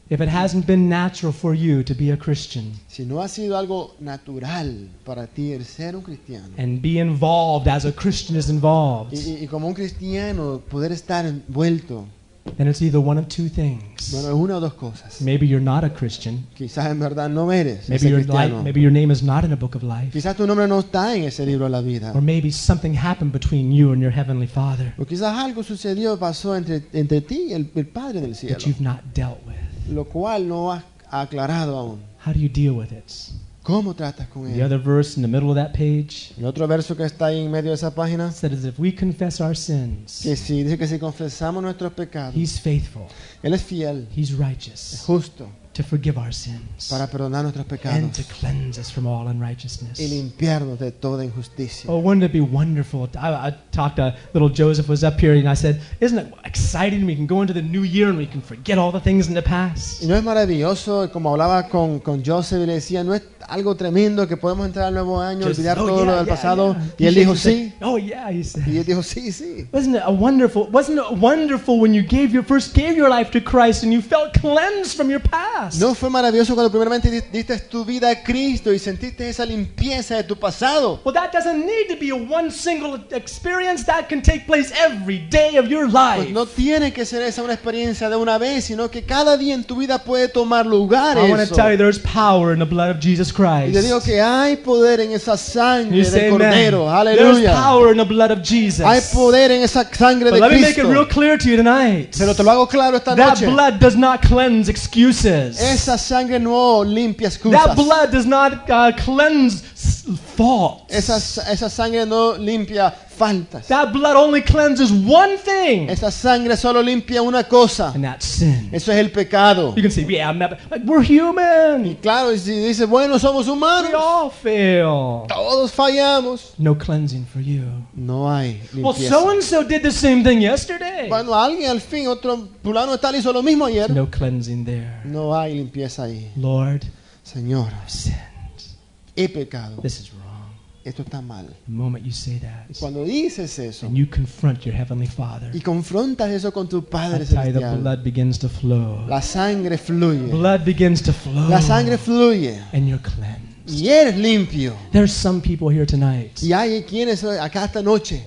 If it hasn't been natural for you to be a Christian
Si no ha sido algo natural para ti el ser un cristiano,
and be involved as a Christian is involved,
y, y- y como un cristiano poder estar envuelto,
then it's either one of two things.
bueno, es una o dos cosas.
Maybe you're not a Christian.
Quizás en verdad no eres
Maybe
ese
your, li-
cristiano.
maybe your name is not in the book of life.
Quizás tu nombre no está en ese libro de la vida.
Or maybe something happened between you and your Heavenly Father
O quizás algo sucedió, pasó entre, entre ti y el, el Padre del cielo,
that you've not dealt with.
lo cual no has aclarado aún.
How do you deal with it?
¿Cómo tratas con
The
él?
other verse in the middle of that page
El otro verso que está ahí en medio de esa página,
said, "As if we confess our sins,
que si dice que si confesamos nuestros pecados,
He's faithful,
Él es fiel,
He's
es
righteous
justo,
to forgive our sins
para perdonar nuestros
and
pecados
to cleanse us from all
y
unrighteousness."
limpiarnos de toda injusticia.
Oh, wouldn't it be wonderful? I, I talked to little Joseph was up here, and I said, "Isn't it exciting? We can go into the new year and we can forget all the things in the
Y
past."
no es maravilloso, como hablaba con, con Joseph y le decía, no es algo tremendo que podemos entrar al nuevo año,
Just,
olvidar
"Oh,
todo
yeah,
lo del
yeah,
pasado.
yeah."
Y él
He
dijo,
said-
sí.
"Oh yeah," he said.
Y él dijo, sí, sí.
Wasn't it a wonderful? Wasn't it wonderful when you gave your first gave your life to Christ and you felt cleansed from your past?
¿No fue maravilloso cuando primeramente di- diste tu vida a Cristo y sentiste esa limpieza de tu pasado?
Well, that doesn't need to be a one single experience. That can take place every day of your life.
Pues no tiene que ser esa una experiencia de una vez, sino que cada día en tu vida puede tomar lugar
I want to
eso.
tell you, there's power in the blood of Jesus
Y
Christ.
te digo que hay poder en esa
you
sangre
say
del
amen.
Cordero.
There's
Aleluya.
power in the blood of Jesus.
Hay poder en esa sangre
but
de
let me make it real
Cristo.
clear to you tonight.
Pero te lo hago claro esta
that
noche.
blood does not cleanse excuses.
Esa sangre no limpia excusas.
that blood does not uh, cleanse s- faults.
Esa, esa sangre no limpia faltas.
that blood only cleanses one thing,
Esa sangre solo limpia una cosa.
and that's sin.
Eso es el pecado.
You can say, yeah, I'm not, like, we're human.
Claro, y si dices, bueno, somos
We
humanos,
all fail.
todos fallamos.
No cleansing for you.
No hay
Well, so
limpieza.
and so did the same thing yesterday.
Cuando alguien al fin, otro fulano tal hizo lo mismo ayer,
No cleansing there.
no hay limpieza ahí.
Lord,
Señor,
I've sinned.
he pecado.
This is wrong.
Esto está mal.
The moment you say that,
Cuando dices eso
and you confront your heavenly Father,
y confrontas eso con tu Padre
I tell you, the
Celestial,
blood begins to flow.
la sangre fluye.
Blood begins to flow,
La sangre fluye.
and you're cleansed.
Y eres limpio.
There's some people here tonight
Y hay quienes acá esta noche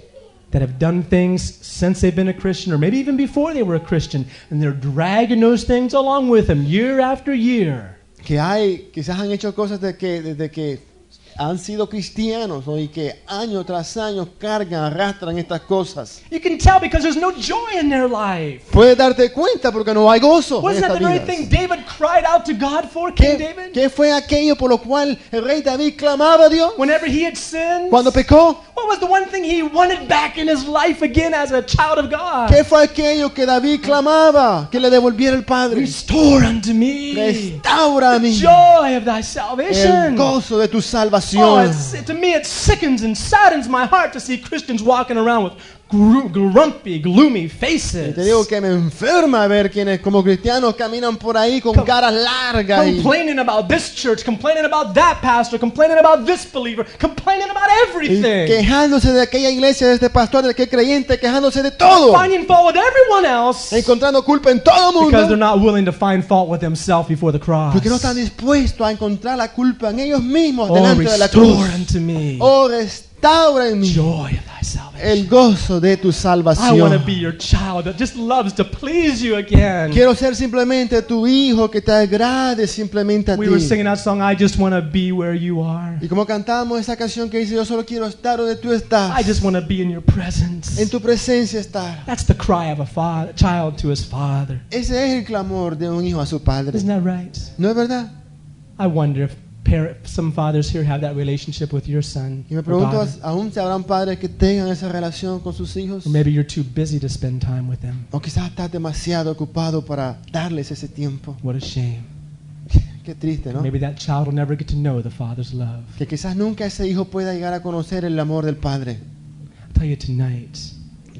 that have done things since they've been a Christian, or maybe even before they were a Christian, and they're dragging those things along with them year after year.
que hay, quizás han hecho cosas de que, desde que han sido cristianos ¿no? y que año tras año cargan, arrastran estas cosas.
You can tell because there's no joy in their life.
Puedes darte cuenta porque no hay gozo. En
Wasn't that
estas
the very
vidas.
thing David cried out to God for, King
¿Qué,
David?
qué fue aquello por lo cual el rey David clamaba a Dios
Whenever he had sinned?
cuando pecó?
What was the one thing he wanted back in his life again as a child of God?
¿Qué fue aquello que David clamaba que le devolviera el Padre?
Restore unto me
Restaura a mí
joy of thy
el
salvation.
gozo de tu
Oh,
salvación.
it's, to me, it sickens and saddens my heart to see Christians walking around with gru- grumpy, gloomy
Y Te digo
faces,
que me enferma ver quienes como cristianos caminan por ahí con caras largas y,
complaining about this church, complaining about that pastor, complaining about this believer, complaining about
y
everything,
quejándose de aquella iglesia, de este pastor, de aquel creyente, quejándose de todo,
finding fault with everyone else
encontrando culpa en todo el
because they're
mundo,
not willing to find fault with themselves before the cross.
Oh, porque no están dispuestos a encontrar la culpa en ellos mismos
Oh,
delante de la cruz.
restore unto me
Oh, restaura en mí
joy of thy salvation.
el gozo de tu
I want to be
salvación.
your child that just loves to please you again.
Quiero ser simplemente tu hijo que te agrade simplemente a
We were
ti.
singing that song, I just want to be where you are.
Y como cantamos esa canción que dice, yo solo quiero estar donde tú estás,
I just want to be in your
en
presence.
tu presencia estar.
That's the cry of a fa- child to his father.
Ese es el clamor de un hijo a su padre.
Isn't that right?
¿No es verdad?
I wonder if parent, some fathers here have that relationship with your son.
Y me
or
pregunto,
daughter.
¿aún se habrán padres que tengan esa relación con sus hijos?
Or maybe you're too busy to spend time with them.
O quizás estás demasiado ocupado para darles ese tiempo.
What a shame.
Qué triste, ¿no?
Maybe that child will never get to know the father's love.
Que quizás nunca ese hijo pueda llegar a conocer el amor del padre.
I tell you tonight,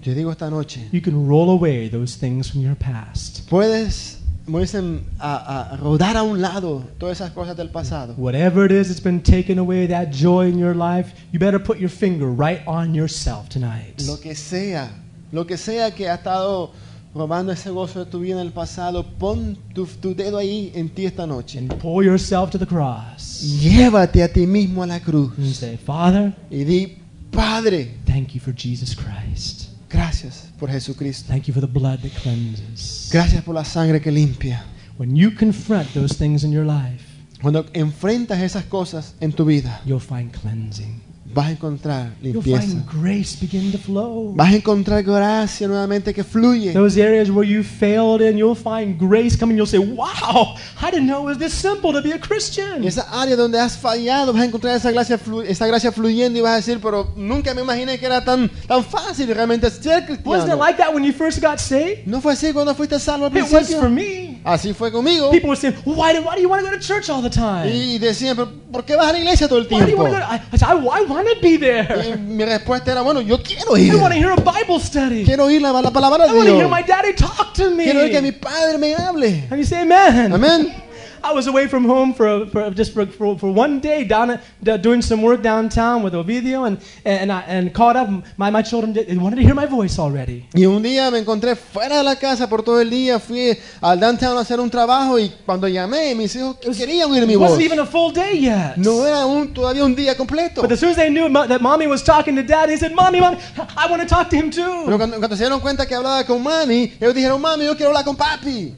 Yo digo esta noche,
you can roll away those things from your past.
puedes, como dicen, a, a rodar a un lado todas esas cosas del pasado.
Whatever it is that's been taken away, that joy in your life, you better put your finger right on yourself tonight.
Lo que sea, lo que sea que ha estado robando ese gozo de tu vida en el pasado, pon tu, tu dedo ahí en ti esta noche.
and pull yourself to the cross
Llévate a ti mismo a la cruz
and say, Father,
y di, Padre,
thank you for Jesus Christ.
gracias por Jesucristo.
Thank you for the blood that cleanses.
Gracias por la sangre que limpia.
When you confront those things in your life,
Cuando enfrentas esas cosas en tu vida,
you'll find cleansing.
vas a encontrar
You'll
limpieza.
find grace begin to flow.
Vas a encontrar gracia nuevamente que fluye.
Those areas where you failed in, you'll find grace coming. You'll say, Wow, I didn't know it was this simple to be a Christian.
En esa área donde has fallado, vas a encontrar esa gracia, flu- esa gracia fluyendo y vas a decir, pero nunca me imaginé que era tan, tan fácil realmente ser
Wasn't it
cristiano.
like that when you first got saved?
No fue así cuando fuiste salvo al
It was for
principio.
me.
Así fue conmigo.
People were saying, Why do, why do you want to go to church all the time?
Y decían, pero ¿por qué vas a la iglesia todo el
Why do you
tiempo?
want to go to-" I, I said, I, I want to be there.
Y mi respuesta era, bueno, yo quiero ir.
I want to hear a Bible study.
Quiero oír la, la palabra
I
de
want to hear my
Dios.
daddy talk to me.
Quiero oír que mi padre me hable.
And you say, Amen.
Amén.
I was away from home for, for just for, for, for one day down at, d- doing some work downtown with Ovidio and, and, I, and caught up. My, my children did, they wanted to hear my voice already.
Y un día me encontré fuera de la casa por todo el día, fui al downtown a hacer un trabajo y cuando llamé, mis hijos querían oír mi
It
voz.
wasn't even a full day yet.
No era un, todavía un día completo.
But as soon as they knew mo- that mommy was talking to dad, he said, Mommy, mommy, I want to talk to him
Pero
too.
cuando, cuando se dieron cuenta que hablaba con mami, ellos dijeron, mami, yo quiero hablar con papi.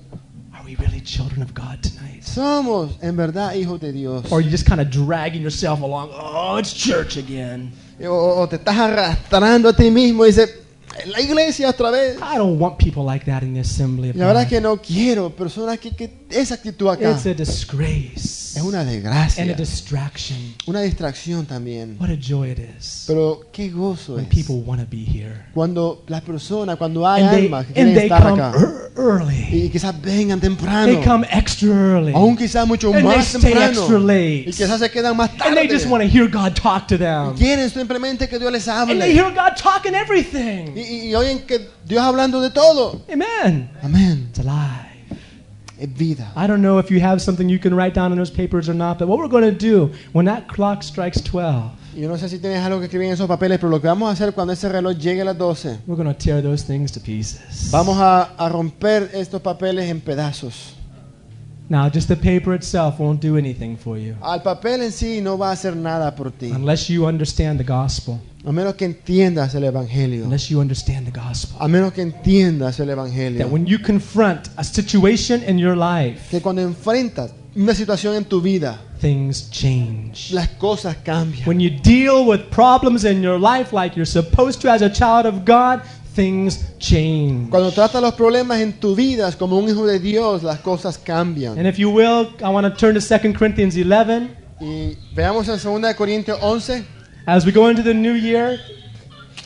Are we really children of God tonight?
Somos en verdad hijos de Dios.
Or are you just kind of dragging yourself along? Oh, it's church again.
Eh, O, o te estás arrastrando a ti mismo y dices, la iglesia otra vez.
I don't want people like that in the assembly of
La verdad es
God.
que no quiero personas que, que esa actitud acá
It's a disgrace.
es una
and a
desgracia,
distraction.
una distracción también.
What a joy it is
Pero qué gozo
when
es.
people want to be here.
Cuando las personas, cuando hay
And they,
almas que
and
quieren
they
estar
come
acá
ear- early.
y quizás vengan
They
temprano,
come extra early.
aún quizás mucho
And they
más
stay extra
temprano,
late.
y quizás se quedan más
And they
tarde.
just want to hear God talk to them.
Quieren simplemente que Dios les
And they
hable
hear God talking
y,
everything.
y- y oyen que Dios hablando de todo.
Amen.
Amén.
It's alive.
Es vida.
I don't know if you have something you can write down in those papers or not, but what we're going to do when that clock strikes 12,
Yo no sé si tienes algo que escribir en esos papeles, pero lo que vamos a hacer cuando ese reloj llegue a las 12,
we're going to tear those things to pieces.
vamos a, a romper estos papeles en pedazos.
Now, just the paper itself won't do anything for you
Al papel en sí no va a hacer nada por ti,
unless you understand the gospel.
a menos que entiendas el Evangelio.
Unless you understand the gospel.
A menos que entiendas el
that
Evangelio.
when you confront a situation in your life,
Que cuando enfrentas una situación en tu vida,
things change.
las cosas cambian.
When you deal with problems in your life like you're supposed to as a child of God, things change.
Cuando tratas los problemas en tu vida como un hijo de Dios, las cosas cambian.
And if you will, I want to turn to 2 Corinthians 11.
Y veamos en 2 de Corintios 11,
As we go into the new year,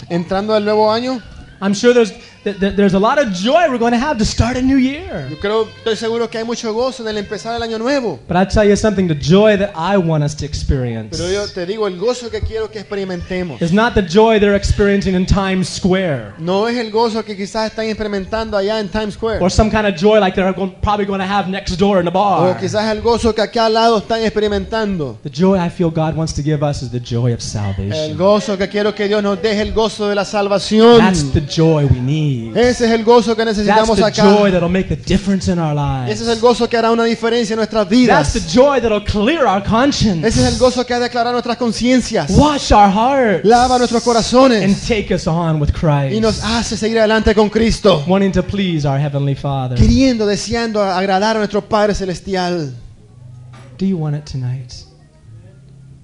entrando al nuevo año.
I'm sure there's, th- th- there's a lot of joy we're going to have to start a new year.
Yo creo, estoy seguro que hay mucho gozo en el empezar el año nuevo.
But I tell you something, the joy that I want us to experience
Pero yo te digo, el gozo que quiero que experimentemos
is not the joy they're experiencing in Times Square.
no es el gozo que quizás están experimentando allá en Times
Or
Square.
some kind of joy like they're gon- probably going to have next door in a
O
bar.
quizás el gozo Oh, que acá al lado están experimentando.
The joy I feel God wants to give us is the joy of
El
salvation.
gozo que quiero que Dios nos deje, el gozo de la salvación.
That's the joy we need.
Ese es el gozo que
That's
necesitamos
the
acá.
joy that'll make the difference in our
Ese es el
lives.
gozo que hará una diferencia en nuestras
That's
vidas.
the joy that'll clear our
Ese es el
conscience,
gozo que ha declarado nuestras conciencias.
wash our hearts,
Lava nuestros
and
corazones
take us on with
y nos
Christ,
hace seguir adelante con Cristo.
wanting to please our Heavenly Father.
Queriendo, deseando agradar a nuestro Padre Celestial.
Do you want it tonight?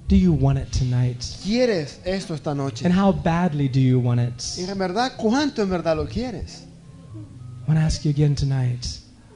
Do you want it tonight?
¿Quieres esto esta noche?
And how badly do you want
Y
it?
en verdad, ¿cuánto en verdad lo quieres?
I want to ask you again tonight.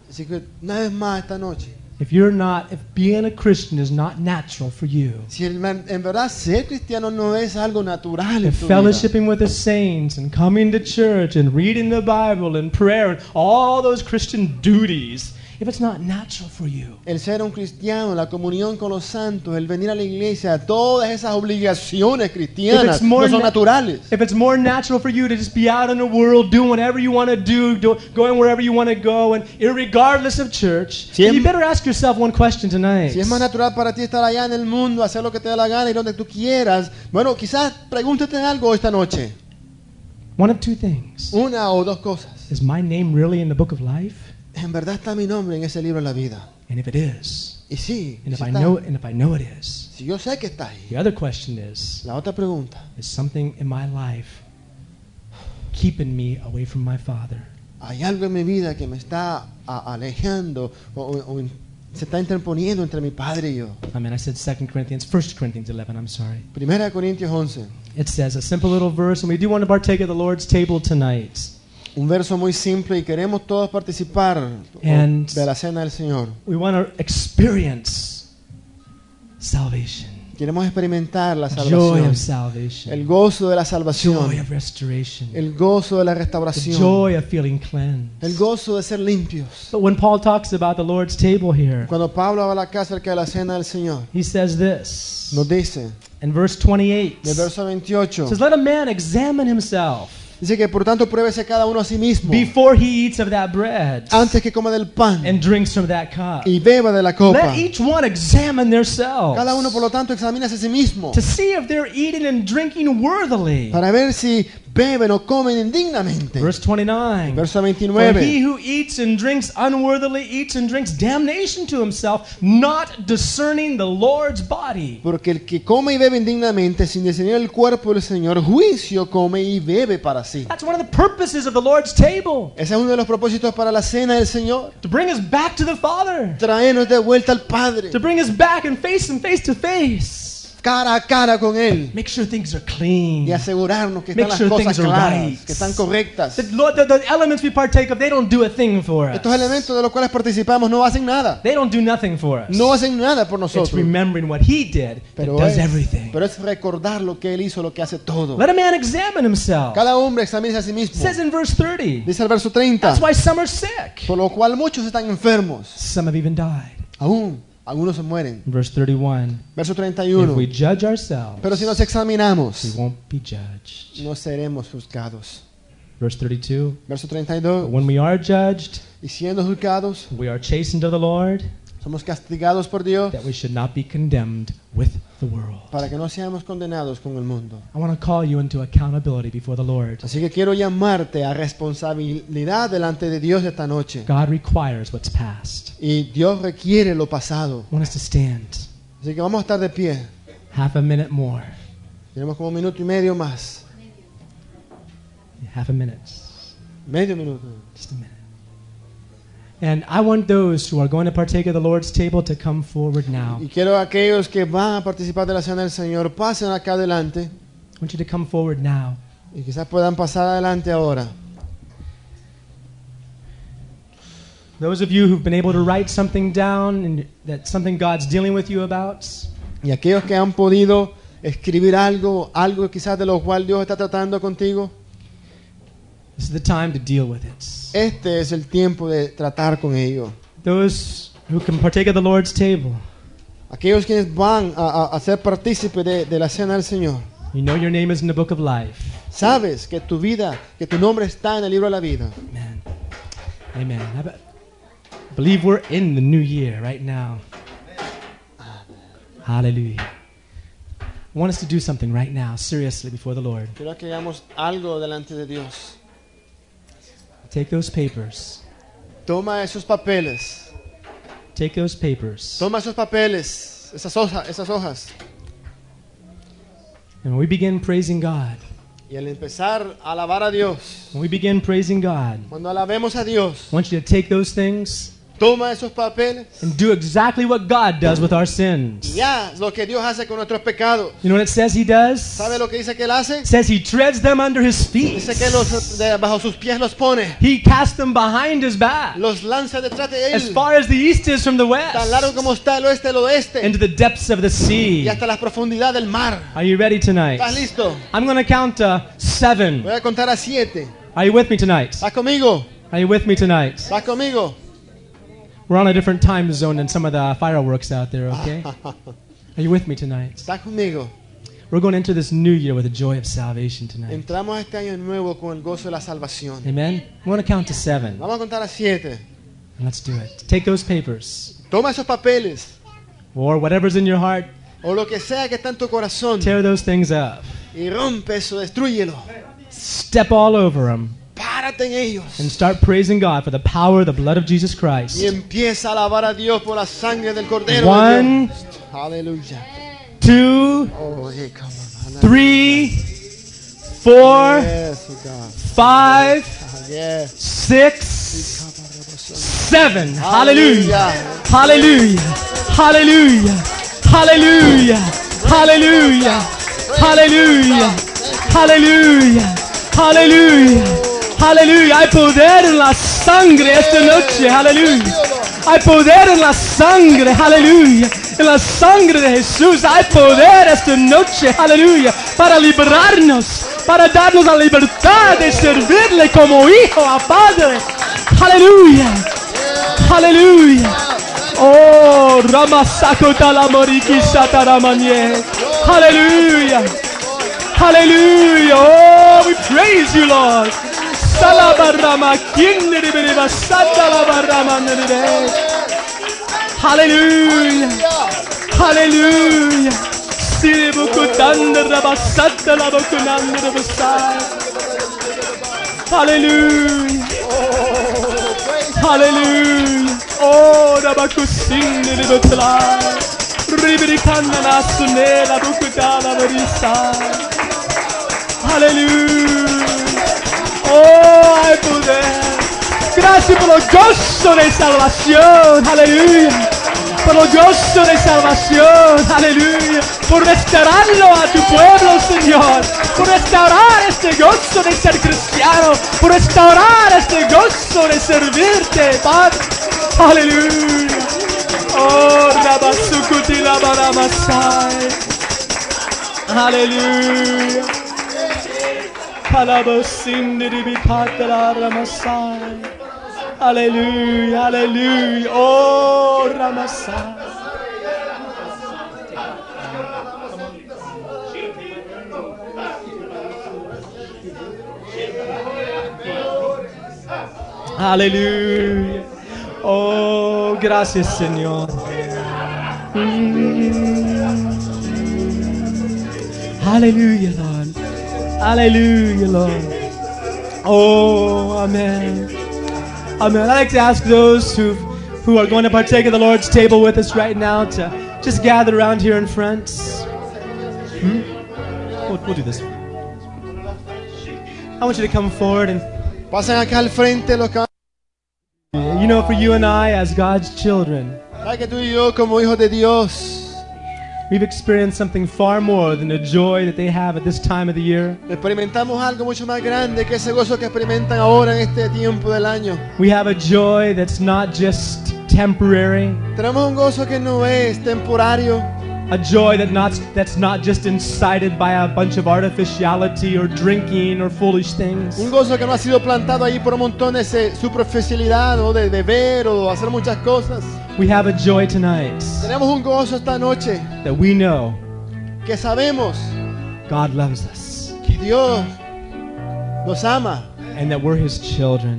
Así que una vez más esta noche,
If you're not, if being a Christian is not natural for you,
si el- en verdad ser cristiano no es algo natural en
if
tu vida,
fellowshipping with the saints and coming to church and reading the Bible and prayer and all those Christian duties if it's not natural for you.
El ser un cristiano, la comunión con los santos, el venir a la iglesia, todas esas obligaciones
If
cristianas
it's more
no son
na-
naturales.
If it's more natural for you to just be out in the world doing whatever you want to do, do going wherever you want to go, and irregardless of church,
Si
then
es-
you better ask yourself one question tonight.
Si es más natural para ti estar allá en el mundo, hacer lo que te da la gana y donde tú quieras, bueno, quizás pregúntate algo esta noche.
One of two things.
Una o dos cosas.
Is my name really in the book of life?
¿En verdad está mi nombre en ese libro de la vida?
And if it is,
Y sí,
and if
sí
I
está.
know and if I know it is.
si yo sé que está ahí.
The other question is,
La otra pregunta,
is something in my life keeping me away from my father?
¿hay algo en mi vida que me está a- alejando o, o- o in- se está interponiendo entre mi padre y yo?
I mean, I said 2 Corinthians, 1 Corinthians 11, I'm sorry.
Primera de Corintios 11,
It says a simple little verse, and we do want to partake of the Lord's table tonight.
un verso muy simple y queremos todos participar
And-
de la cena del Señor.
We want to experience salvation,
Queremos experimentar la
joy
salvación,
of salvation,
el gozo de la
joy
salvación.
of restoration,
El gozo de la
the
restauración.
joy of feeling
El
cleansed.
gozo de ser limpios.
But when Paul talks about the Lord's table here,
Cuando Pablo habla acá acerca de la cena del Señor,
he says this
nos dice,
in verse 28.
del verso 28,
says, "Let a man examine himself
dice que por tanto pruébese cada uno a sí mismo
before he eats of that bread
antes que coma del pan
and drinks from that cup.
y beba de la copa.
Let each one examine themselves
Cada uno por lo tanto examínase a sí mismo
to see if they're eating and drinking worthily."
para ver si beben o comen indignamente.
Verse 29.
Verso
For he
29,
who eats and drinks unworthily eats and drinks damnation to himself, not discerning the Lord's body.
porque el que come y bebe indignamente sin discernir el cuerpo del Señor, juicio come y bebe para sí.
That's one of the purposes of the Lord's table
Ese es uno de los propósitos para la cena del Señor.
to bring us back to the Father,
Traernos de vuelta al Padre.
to bring us back and face and face to face.
cara a cara con Él
Make sure things are
y
clean.
asegurarnos que
Make
están las
sure
cosas
things are
claras,
right.
que están correctas.
The, Lord, the, the elements we partake of, they don't do a thing for
Estos
us.
elementos de los cuales participamos no hacen nada.
They don't do nothing for us.
No hacen nada por
It's
nosotros.
remembering what He did that
Pero
does
es,
everything.
pero es recordar lo que Él hizo, lo que hace todo.
Let a man examine himself.
Cada hombre examina a sí
It
mismo.
says in verse 30.
Dice el verso 30.
That's why some are sick.
Por lo cual muchos están enfermos.
Some have even died.
Aún, algunos se mueren.
Verse 31.
Verso
If we
31.
judge ourselves,
Pero si nos
we
examinamos,
won't be judged.
no seremos juzgados.
Verse 32.
Verso
But
32.
when we are judged,
Y siendo juzgados,
we are chastened of the Lord,
somos castigados por Dios
that we should not be condemned with the world.
para que no seamos condenados con el mundo.
I want to call you into accountability before the Lord.
Así que quiero llamarte a responsabilidad delante de Dios esta noche.
God requires what's past.
Y Dios requiere lo pasado.
I want us to stand
Así que vamos a estar de pie.
half a minute more.
Tenemos como un minuto y medio más.
Half a minute.
Medio minuto.
Just a minute. And I want those who are going to partake of the Lord's table to come forward now.
Y quiero a aquellos que van a participar de la cena del Señor pasen acá adelante.
I want you to come forward now.
Y quizás puedan pasar adelante ahora.
Those of you who've been able to write something down and that something God's dealing with you about,
Y aquellos que han podido escribir algo, algo quizás de lo cual Dios está tratando contigo.
this is the time to deal with it.
Este es el tiempo de tratar con ello.
Those who can partake of the Lord's table,
Aquellos quienes van a, a- a ser partícipes de- de la cena del Señor.
you know your name is in the book of life.
Sabes que tu vida, que tu nombre está en el libro de la vida.
Amen. Amen. I be- I believe we're in the new year right now. Hallelujah. I want us to do something right now, seriously, before the Lord.
Quiero que hagamos algo delante de Dios.
Take those papers.
Toma esos papeles.
Take those papers.
Toma esos papeles. Esas hojas, esas hojas.
And when we begin praising God,
Y al empezar a alabar a Dios,
when we begin praising God,
cuando alabemos a Dios,
I want you to take those things
toma esos papeles.
and do exactly what God does with our sins.
Y haz lo que Dios hace con nuestros pecados.
You know what it says He does?
¿Sabe
It
lo que dice que Él hace?
says He treads them under His feet.
Dice que los, de- bajo sus pies los pone.
He casts them behind His back.
Los lanza detrás de
As
Él.
far as the east is from the
Tan largo
west,
como está el oeste, el oeste.
into the depths of the
Y
sea.
hasta la profundidad del mar.
Are you ready
¿Estás
tonight?
listo?
I'm going to count to seven.
Voy a contar a siete.
Are you with me tonight?
¿Estás conmigo?
Are you with me tonight?
¿Estás conmigo?
We're We're on a different time zone than some of the fireworks out there, okay? Are you with me tonight?
¿Estás conmigo?
We're going into this new year with the joy of salvation tonight.
Entramos a este año nuevo con el gozo de la salvación.
Amen? We want to count to seven.
Vamos a contar a siete.
And let's do it. Take those papers
Toma esos papeles
or whatever's in your heart,
o lo que sea que está en tu corazón
tear those things up.
y rompe eso, destruyelo.
Step all over them
Párate en ellos
and start praising God for the power of the blood of Jesus
y
Christ.
empieza a alabar a Dios por la sangre del Cordero. de Dios.
One,
Aleluya.
two,
Oh, yeah, come on.
three, four,
Yes, oh God.
five,
Ah, yes.
six, seven. Hallelujah. Hallelujah. Hallelujah. Hallelujah. Hallelujah. Hallelujah. Hallelujah. Hallelujah. Hallelujah. Hay poder en la sangre esta noche. Hallelujah. Hay poder en la sangre. Hallelujah. En la sangre de Jesús hay poder esta noche. Hallelujah. Para liberarnos. Para darnos la libertad de servirle como hijo a Padre. Hallelujah. Hallelujah. Oh, Ramasako Talamoriki Sataramanye. Hallelujah. Hallelujah. Oh, we praise you, Lord. Salabarama Kindiriba Satalabarama Hallelujah. Hallelujah. Siribukutandaraba Satalabakunandarabasai. Hallelujah. Hallelujah. Oh, da baku sing de de tla. Ribiri kanna na sune la buku da la barisa. Hallelujah. Oh, hay poder. Gracias por el gozo de salvación. Aleluya. Por el gozo de salvación. Aleluya. Por restaurarlo a tu pueblo, Señor. Por restaurar este gozo de ser cristiano. Por restaurar este gozo de servirte, Padre. Aleluya. Oh, Rabasukuti Rabaramasai. Aleluya. Kalabosindiribikataramasai. Aleluya, aleluya. Oh, Ramasai. Aleluya. Oh, gracias, Señor. Hmm. Aleluya, Lord. Aleluya, Lord. Oh, amen. Amen. I'd like to ask those who who are going to partake of the Lord's table with us right now to just gather around here in front. Hmm? We'll, we'll do this. I want you to come forward and
Pasen acá al frente los que van-
you know, for you and I, as God's children,
Sabes que tú y yo como hijos de Dios
we've experienced something far more than the joy that they have at this time of the year.
experimentamos algo mucho más grande que ese gozo que experimentan ahora en este tiempo del año.
We have a joy that's not just temporary,
Tenemos un gozo que no es temporario,
a joy that not, that's not just incited by a bunch of artificiality or drinking or foolish things.
un gozo que no ha sido plantado ahí por un montón de se- superficialidad o de deber o hacer muchas cosas.
We have a joy tonight
Tenemos un gozo esta noche
that we know
que sabemos
God loves us
que Dios nos ama
and that we're His children.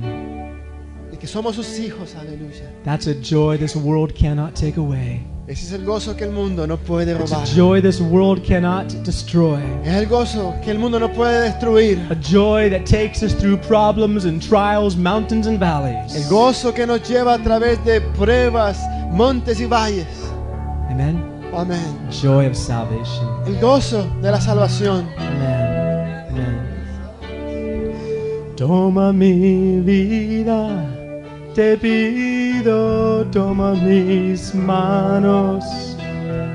y que somos sus hijos, aleluya.
That's a joy this world cannot take away.
Ese es el gozo que el mundo no puede
It's a
robar.
joy this world cannot destroy.
Es el gozo que el mundo no puede destruir.
A joy that takes us through problems and trials, mountains and
El
valleys.
gozo que nos lleva a través de pruebas, montes y valles.
Amen.
Amén.
Joy of salvation.
El gozo de la salvación.
Amen. Amen. Toma mi vida, te pido, toma mis manos.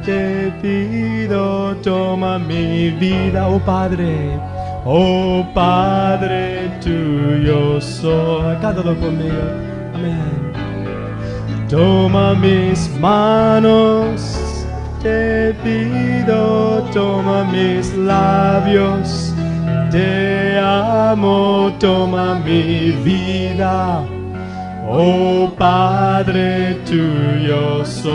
Te pido, toma mi vida, oh Padre. Oh Padre, tuyo soy. Cántalo conmigo. Amén. Toma mis manos, te pido, toma mis labios, te amo, toma mi vida.
Oh Padre tuyo soy,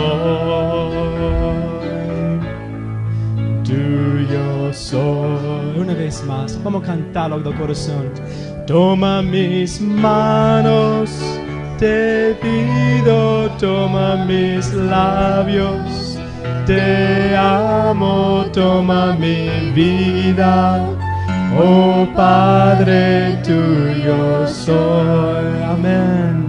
tuyo soy.
Una vez más, vamos a cantarlo del corazón.
Toma mis manos, te pido, toma mis labios, te amo, toma mi vida. Oh Padre tuyo soy, amén.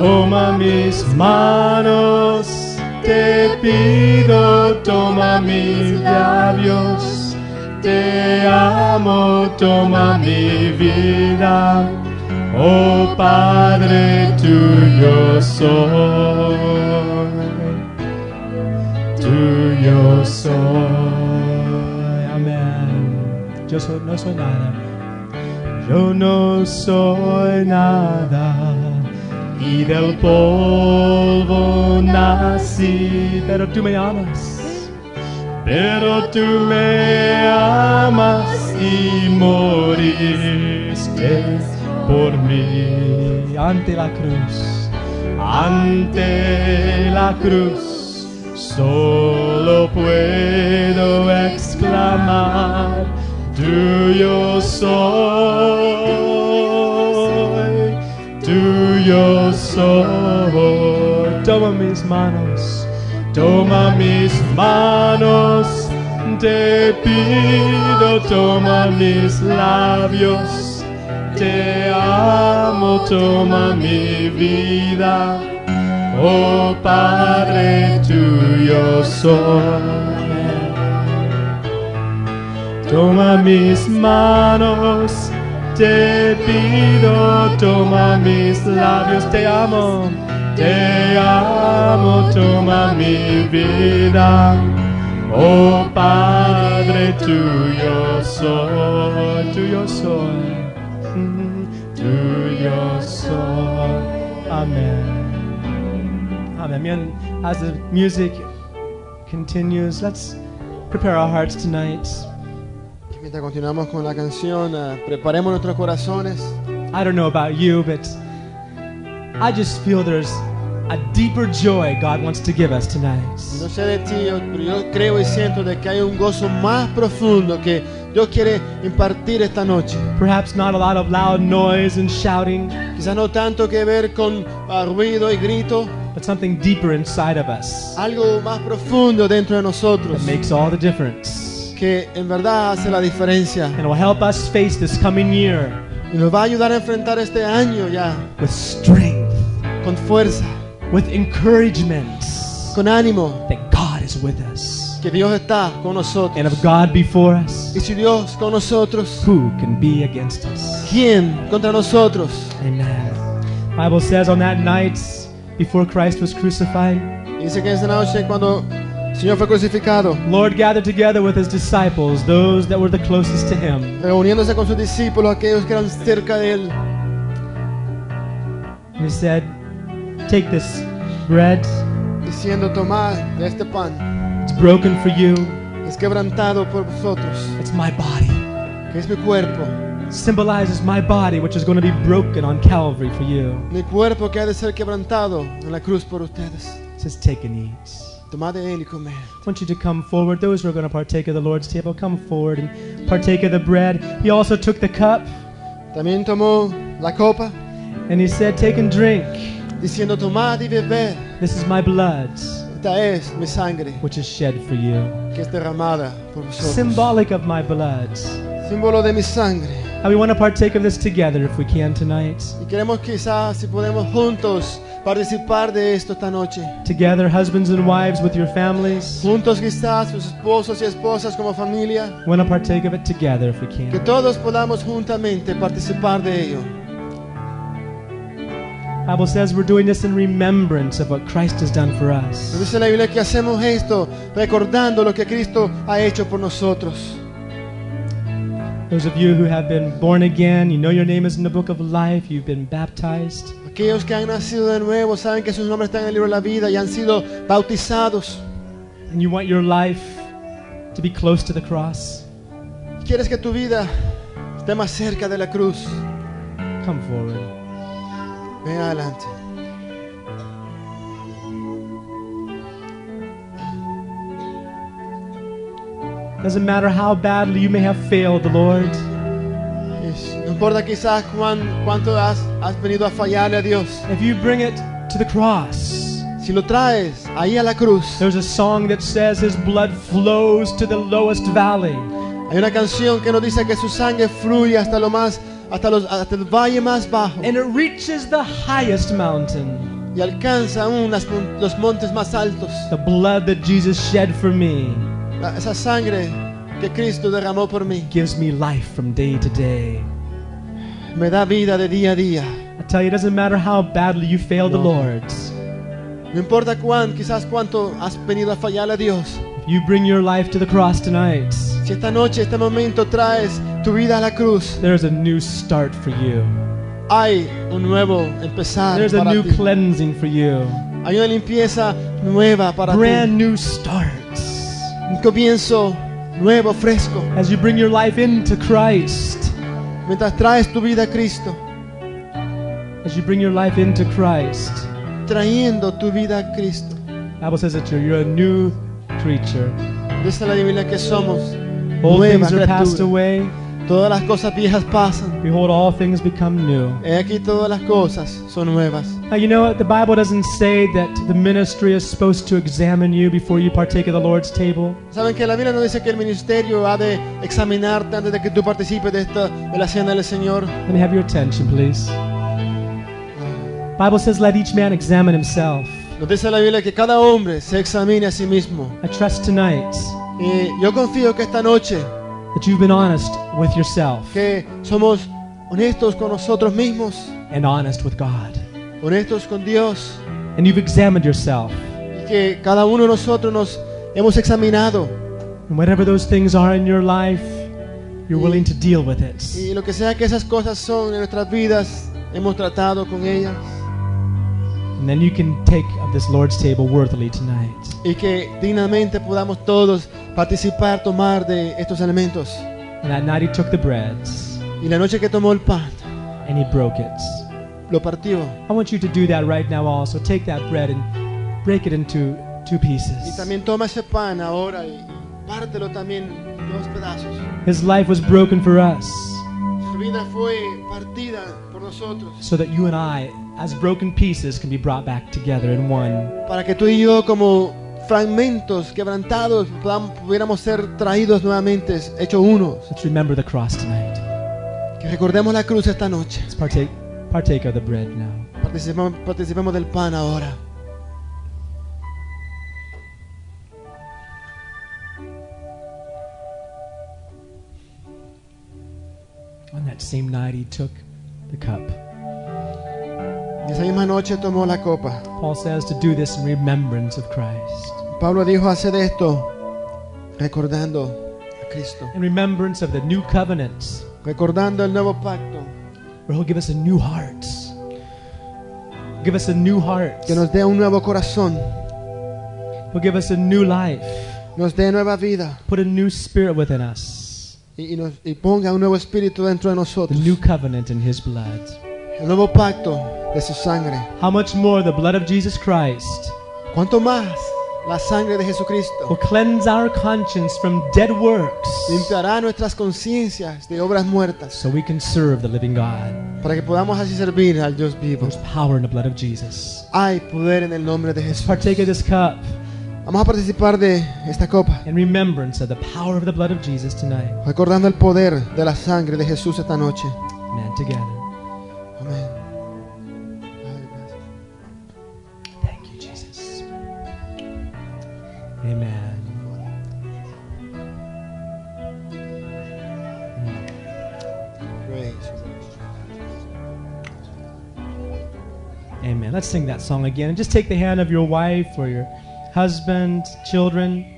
Toma mis manos, te pido, toma mis labios, te amo, toma mi vida. Oh Padre tuyo soy, tuyo soy, amén.
Yo soy- no soy nada.
Yo no soy nada y del polvo nací, pero tú me amas. Pero tú me amas y moriste por mí
Y ante la cruz,
ante la cruz solo puedo exclamar tuyo soy tuyo soy toma mis manos toma mis manos te pido toma mis labios te amo, toma mi vida. Oh Padre tuyo soy. Toma mis manos, te pido, toma mis labios, te amo, te amo, toma mi vida. Oh Padre tuyo soy, tuyo soy, mm, tuyo soy. Amén.
Amen. Amen. As the music continues, let's prepare our hearts tonight.
Mientras continuamos con la canción, ah, preparemos nuestros corazones.
I don't know about you, but I just feel there's a deeper joy God wants to give us tonight.
No sé de ti, yo- pero yo creo y siento de que hay un gozo más profundo que Dios quiere impartir esta noche.
Perhaps not a lot of loud noise and shouting,
Quizás no tanto que ver con ah, ruido y grito,
but something deeper inside of us
algo más profundo dentro de nosotros
that makes all the difference.
que en verdad hace la diferencia
And will help us face this coming year
y nos va a ayudar a enfrentar este año ya
with strength,
con fuerza,
with encouragement
con ánimo,
that God is with us.
que Dios está con
And
nosotros.
if God be for us,
Y si Dios con nosotros,
who can be against us?
¿quién contra nosotros?
Amen. Bible says on that night before Christ was crucified,
Y Dice que esa noche cuando el Señor fue crucificado,
Lord gathered together with his disciples, those that were the closest to him,
reuniéndose con sus discípulos, aquellos que eran cerca de él,
and he said, Take this bread,
diciendo, tomad de este pan,
it's broken for you,
es quebrantado por vosotros,
it's my body.
que es mi cuerpo,
Symbolizes my body, which is going to be broken on Calvary for you.
mi cuerpo que ha de ser quebrantado en la cruz por ustedes.
It says, Take and eat.
Tomad de él y comed.
I want you to come forward. Those who are going to partake of the Lord's table, come forward and partake of the bread. He also took the cup
También tomó la copa,
and he said, Take and drink.
diciendo, tomad y bebed,
This is my blood,
esta es mi sangre
which is shed for you.
que es derramada por vosotros.
Symbolic of my blood.
Símbolo de mi sangre.
And we want to partake of this together if we can tonight.
Y queremos quizás, si podemos juntos, participar de esto esta noche.
Together, husbands and wives with your families.
Juntos quizás, sus esposos y esposas como familia,
We want to partake of it together if we
que
can.
todos podamos juntamente participar de ello.
Bible says we're doing this in remembrance of what Christ has done for
Nos
us.
dice la Biblia que hacemos esto recordando lo que Cristo ha hecho por nosotros.
Those of you who have been born again, you know your name is in the book of life, you've been baptized.
Aquellos que han nacido de nuevo saben que sus nombres están en el libro de la vida y han sido bautizados.
and you want your life to be close to the cross,
¿Quieres que tu vida esté más cerca de la cruz?
come forward.
Ven adelante.
Doesn't matter how badly you may have failed the Lord.
Es- No importa quizás cuán- cuánto has, has venido a fallarle a Dios.
If you bring it to the cross,
Si lo traes ahí a la cruz,
there's a song that says his blood flows to the lowest valley.
hay una canción que nos dice que su sangre fluye hasta lo más, hasta los, hasta el valle más bajo
And it reaches the highest mountain.
y alcanza aún las mon- los montes más altos.
The blood that Jesus shed for me
La- esa sangre que Cristo derramó por mí
gives me life from day to day.
me da vida de día a día.
I tell you, it doesn't matter how badly you failed the Lord. If
No importa cuán, quizás cuánto has venido a fallarle a Dios.
you bring your life to the cross tonight,
Si esta noche, este momento traes tu vida a la cruz,
there's a new start for you.
hay un nuevo empezar
There's a
para
new
ti.
cleansing for you.
Hay una limpieza nueva para
Brand new starts.
ti. Un comienzo nuevo, fresco.
As you bring your life into Christ,
Mientras traes tu vida a Cristo,
as you bring your life into Christ,
trayendo tu vida a Cristo.
Bible says that you're, you're a new creature.
Dice la Biblia que somos
Old
nueva
things are passed
criatura.
away.
Todas las cosas viejas pasan.
Behold, all things become new.
He aquí todas las cosas son nuevas.
Now, you know what? The Bible doesn't say that the ministry is supposed to examine you before you partake of the Lord's table.
Saben que la Biblia no dice que el ministerio ha de examinarte antes de que tú participes de esta de la cena del Señor.
Let me have your attention, please. Bible says, "Let each man examine himself."
Nos dice la Biblia que cada hombre se examine a sí mismo.
I trust tonight
Y yo confío que esta noche
that you've been honest with yourself
que somos honestos con nosotros mismos,
and honest with God,
honestos con Dios,
and you've examined yourself.
y que cada uno de nosotros nos hemos examinado
And whatever those things are in your life, you're willing to deal with it.
y lo que sea que esas cosas son en nuestras vidas, hemos tratado con ellas
And then you can take of this Lord's table worthily tonight.
y que dignamente podamos todos participar, tomar de estos elementos.
And that night he took the bread
Y la noche que tomó el pan,
and he broke it.
lo partió
I want you to do that right now also. Take that bread and break it into two
y
pieces.
también toma ese pan ahora y pártelo también en dos pedazos.
His life was broken for us
Su vida fue partida por nosotros.
so that you and I, as broken pieces, can be brought back together in one.
para que tú y yo como fragmentos quebrantados podam- pudiéramos ser traídos nuevamente, hechos unos.
Let's remember the cross tonight.
Que recordemos la cruz esta noche.
Let's partake, partake of the bread now.
Participemos, participemos del pan ahora.
On that same night, he took the cup.
Y Esa misma noche tomó la copa.
Paul says to do this in remembrance of Christ,
Pablo dijo hacer esto recordando a Cristo,
in remembrance of the new covenant,
recordando el nuevo pacto
where he'll give us a new heart. Give us a new heart.
que nos dé un nuevo corazón,
He'll give us a new life.
nos dé nueva vida
Put a new spirit within us.
y, y nos, y ponga un nuevo espíritu dentro de
The
nosotros.
new covenant in his blood.
El nuevo pacto de su sangre.
How much more the blood of Jesus Christ
¿Cuánto más la sangre de
will
Jesucristo?
cleanse our conscience from dead works
limpiará nuestras conciencias de obras muertas
so we can serve the living God.
para que podamos así servir al Dios vivo.
There's power in the blood of Jesus.
Hay poder en el nombre de
Let's
Jesús.
partake of this cup
Vamos a participar de esta copa,
in remembrance of the power of the blood of Jesus tonight.
recordando el poder de la sangre de Jesús esta noche.
Amen. Together.
Amén. Padre, gracias.
Thank you, Jesus. Amen.
Praise you, Lord.
Amen. Let's sing that song again. And just take the hand of your wife or your husband, children,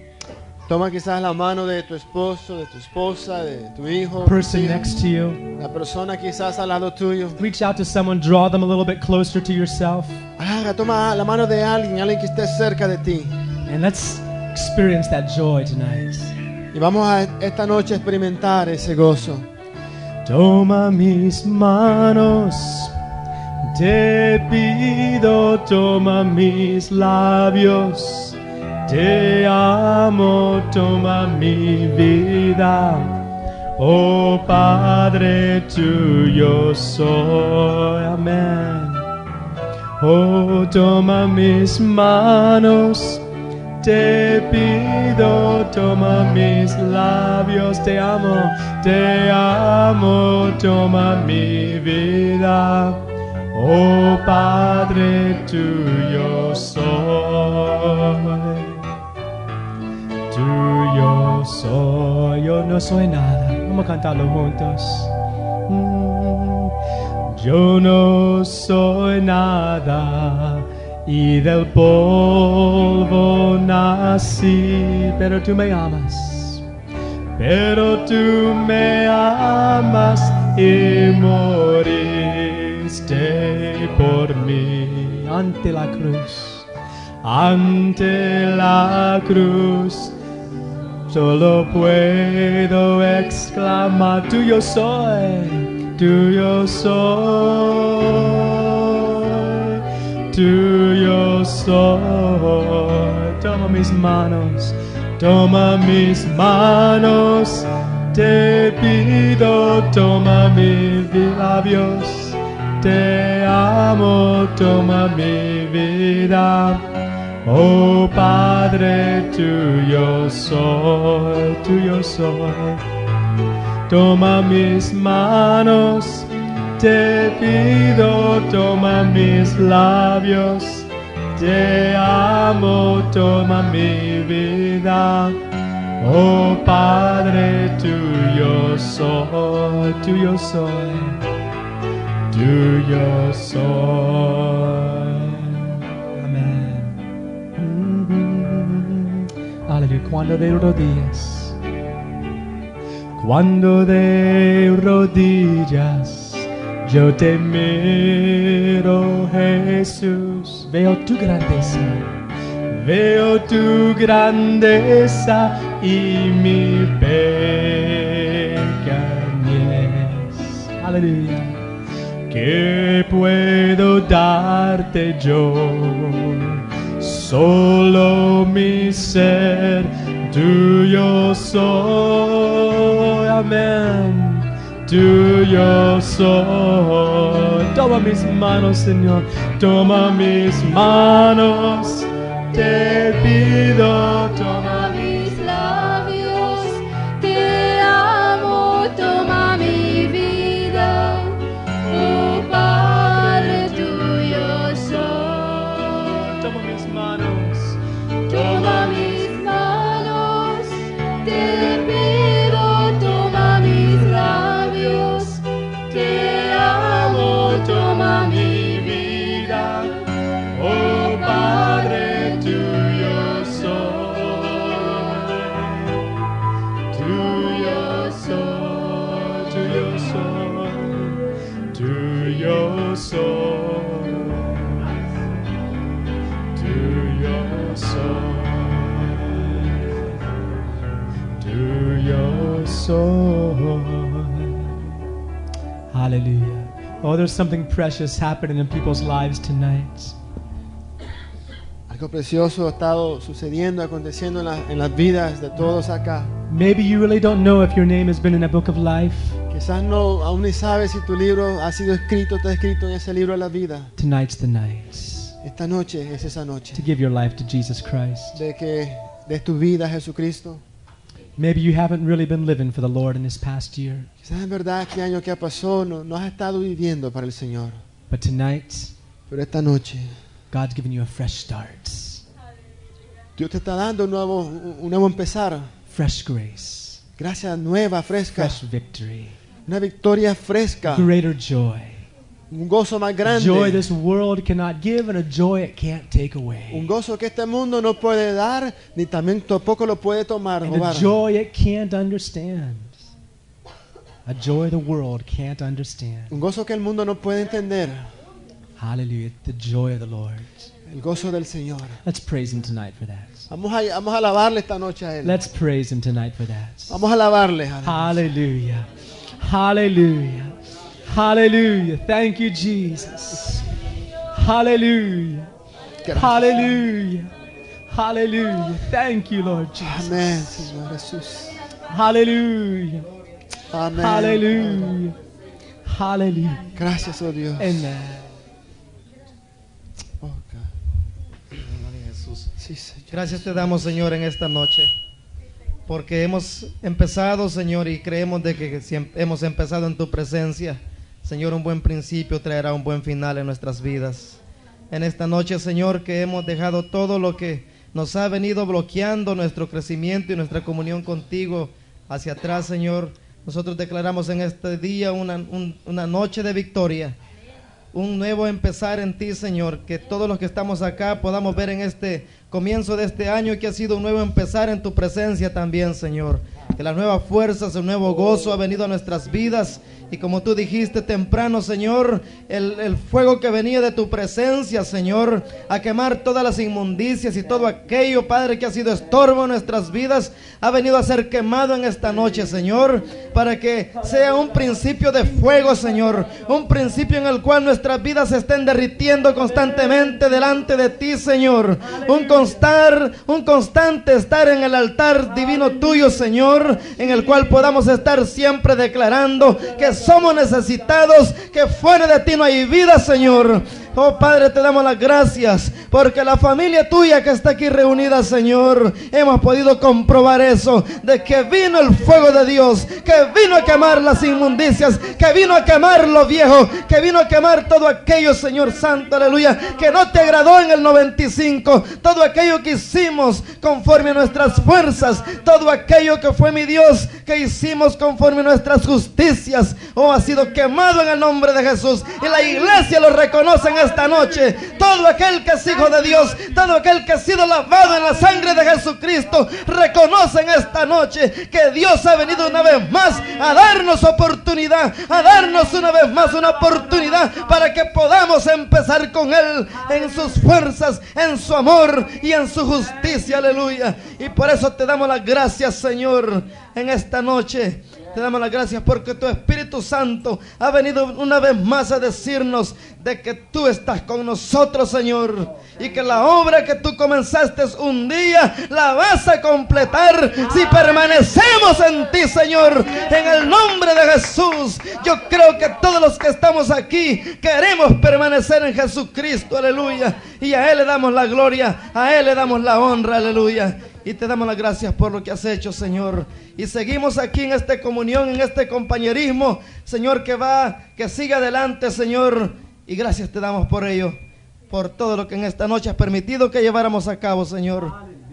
Toma quizás la mano de tu esposo, de tu esposa, de tu hijo,
person
hija,
next to you.
la persona quizás al lado tuyo.
Reach out to someone, draw them a little bit closer to yourself,
Agarra, toma la mano de alguien, alguien que esté cerca de ti.
and let's experience that joy tonight.
Y vamos a esta noche a experimentar ese gozo.
Toma mis manos, Te pido, toma mis labios. Te amo, toma mi vida. Oh Padre, tuyo soy. Amén. Oh, toma mis manos. Te pido, toma mis labios, te amo, te amo, toma mi vida. Oh Padre, tuyo soy. Tuyo soy, yo no soy nada. Vamos a cantarlo juntos. Mm. Yo no soy nada y del polvo nací, pero tú me amas. Pero tú me amas y moriste por mí
ante la cruz.
ante la cruz. Solo puedo exclamar, tuyo soy, tuyo soy, tuyo soy. Toma mis manos, toma mis manos, te pido, toma mis labios, te amo, toma mi vida. Oh Padre, tuyo soy, tuyo soy. Toma mis manos, te pido, toma mis labios. Te amo, toma mi vida. Oh Padre, tuyo soy, tuyo soy, tuyo soy. Amén. Mm-hmm. Aleluya. Cuando de rodillas, cuando de rodillas, yo te miro, Jesús. Veo tu grandeza, veo tu grandeza y mi pequeñez. Aleluya. ¿Qué puedo darte yo? Solo mi ser tuyo soy, amén. Tuyo soy. Toma mis manos, Señor. Toma mis manos. Te pido, toma
Toma mis labios, te amo, toma mi vida, oh Padre tuyo soy.
Toma mis manos.
Toma mis manos, te pido, toma mis labios, te amo, toma mi vida,
Oh Padre, tuyo soy, tuyo soy, tuyo soy, tuyo soy, tuyo soy, tuyo soy.
Hallelujah. Oh, there's something precious happening in people's lives tonight.
Algo precioso ha estado sucediendo, aconteciendo en, la- en las vidas de todos acá.
Maybe you really don't know if your name has been in a book of life.
Quizás no, aún ni sabes si tu libro ha sido escrito, está escrito en ese libro de la vida.
Tonight's the night
Esta noche es esa noche
to give your life to Jesus Christ.
de que des tu vida a Jesucristo.
Maybe you haven't really been living for the Lord in this past year,
Quizás en verdad este año que ha pasado no, no has estado viviendo para el Señor.
but tonight,
Pero esta noche
God's given you a fresh start.
Dios te está dando un nuevo, un nuevo empezar.
fresh grace,
Gracias nueva, fresca.
fresh victory,
Una victoria fresca.
greater joy.
Un gozo
Joy
más grande.
this world cannot give and a joy it can't take
Un
away.
gozo que este mundo no puede dar, ni también tampoco lo puede tomar,
And a
robar.
joy it can't understand. A joy the world can't understand.
Un gozo que el mundo no puede entender.
Hallelujah. The joy of the Lord.
El gozo del Señor.
Let's praise Him tonight for that.
Vamos a, vamos a alabarle esta noche a Él.
Let's praise Him tonight for that.
Vamos a alabarle. aleluya.
Hallelujah. Hallelujah. Hallelujah. Thank you, Jesus.
Hallelujah.
Gracias.
Hallelujah. Hallelujah. Thank you, Lord Jesus.
Amén, Señor Jesús.
Hallelujah.
Amén.
Hallelujah. Hallelujah.
Gracias, oh Dios.
Amen.
Oh, God. Sí, Señor.
Gracias te damos, Señor, en esta noche. Porque hemos empezado, Señor, y creemos de que si em- hemos empezado en tu presencia, Señor, un buen principio traerá un buen final en nuestras vidas. En esta noche, Señor, que hemos dejado todo lo que nos ha venido bloqueando nuestro crecimiento y nuestra comunión contigo hacia atrás, Señor. Nosotros declaramos en este día una, un- una noche de victoria un nuevo empezar en ti, Señor. Que todos los que estamos acá podamos ver en este comienzo de este año que ha sido un nuevo empezar en tu presencia también, Señor. Que las nuevas fuerzas, el nuevo gozo ha venido a nuestras vidas. Y como tú dijiste temprano, Señor, el, el fuego que venía de tu presencia, Señor, a quemar todas las inmundicias y todo aquello, Padre, que ha sido estorbo en nuestras vidas, ha venido a ser quemado en esta noche, Señor, para que sea un principio de fuego, Señor, un principio en el cual nuestras vidas se estén derritiendo constantemente delante de ti, Señor. Un constar, un constante estar en el altar divino tuyo, Señor, en el cual podamos estar siempre declarando que somos necesitados, que fuera de ti no hay vida, Señor. Oh Padre, te damos las gracias porque la familia tuya que está aquí reunida, Señor, hemos podido comprobar eso, de que vino el fuego de Dios, que vino a quemar las inmundicias, que vino a quemar lo viejo, que vino a quemar todo aquello, Señor Santo, aleluya, que no te agradó en el 95, todo aquello que hicimos conforme a nuestras fuerzas, todo aquello que fue mi Dios, que hicimos conforme a nuestras justicias, oh, ha sido quemado en el nombre de Jesús y la iglesia lo reconoce en esta noche. Todo aquel que es hijo de Dios, todo aquel que ha sido lavado en la sangre de Jesucristo, reconoce en esta noche que Dios ha venido una vez más a darnos oportunidad, a darnos una vez más una oportunidad para que podamos empezar con Él en sus fuerzas, en su amor y en su justicia. Aleluya. Y por eso te damos las gracias, Señor, en esta noche. Te damos las gracias porque tu Espíritu Santo ha venido una vez más a decirnos de que tú estás con nosotros, Señor. Y que la obra que tú comenzaste un día la vas a completar si permanecemos en ti, Señor. En el nombre de Jesús. Yo creo que todos los que estamos aquí queremos permanecer en Jesucristo, aleluya. Y a Él le damos la gloria, a Él le damos la honra, aleluya. Y te damos las gracias por lo que has hecho, Señor. Y seguimos aquí en esta comunión, en este compañerismo, Señor, que va, que siga adelante, Señor. Y gracias te damos por ello, por todo lo que en esta noche has permitido que lleváramos a cabo, Señor.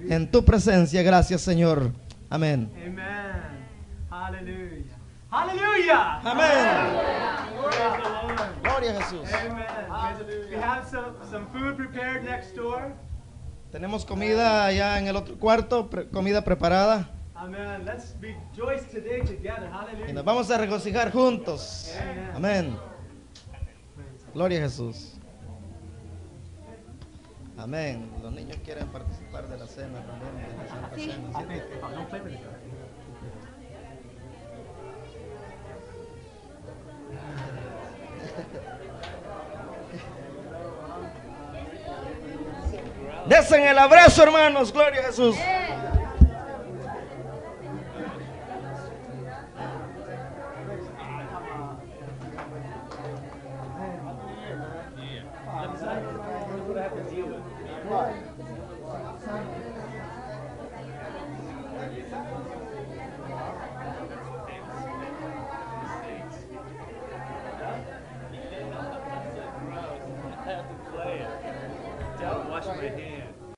En tu presencia, gracias, Señor. Amén.
Amen. Hallelujah. Hallelujah.
Amén.
Praise the Lord.
Gloria a Jesús.
Amen. We have some, some food prepared next door.
Tenemos comida allá en el otro cuarto, pre- comida preparada.
Amen. Let's rejoice today together.
Y
Hallelujah.
nos vamos a regocijar juntos. Amén. Gloria a Jesús. Amén. Los niños quieren participar de la cena también. de la Santa Cena, así que- Desen el abrazo, hermanos. Gloria a Jesús.
Don't wash my hands.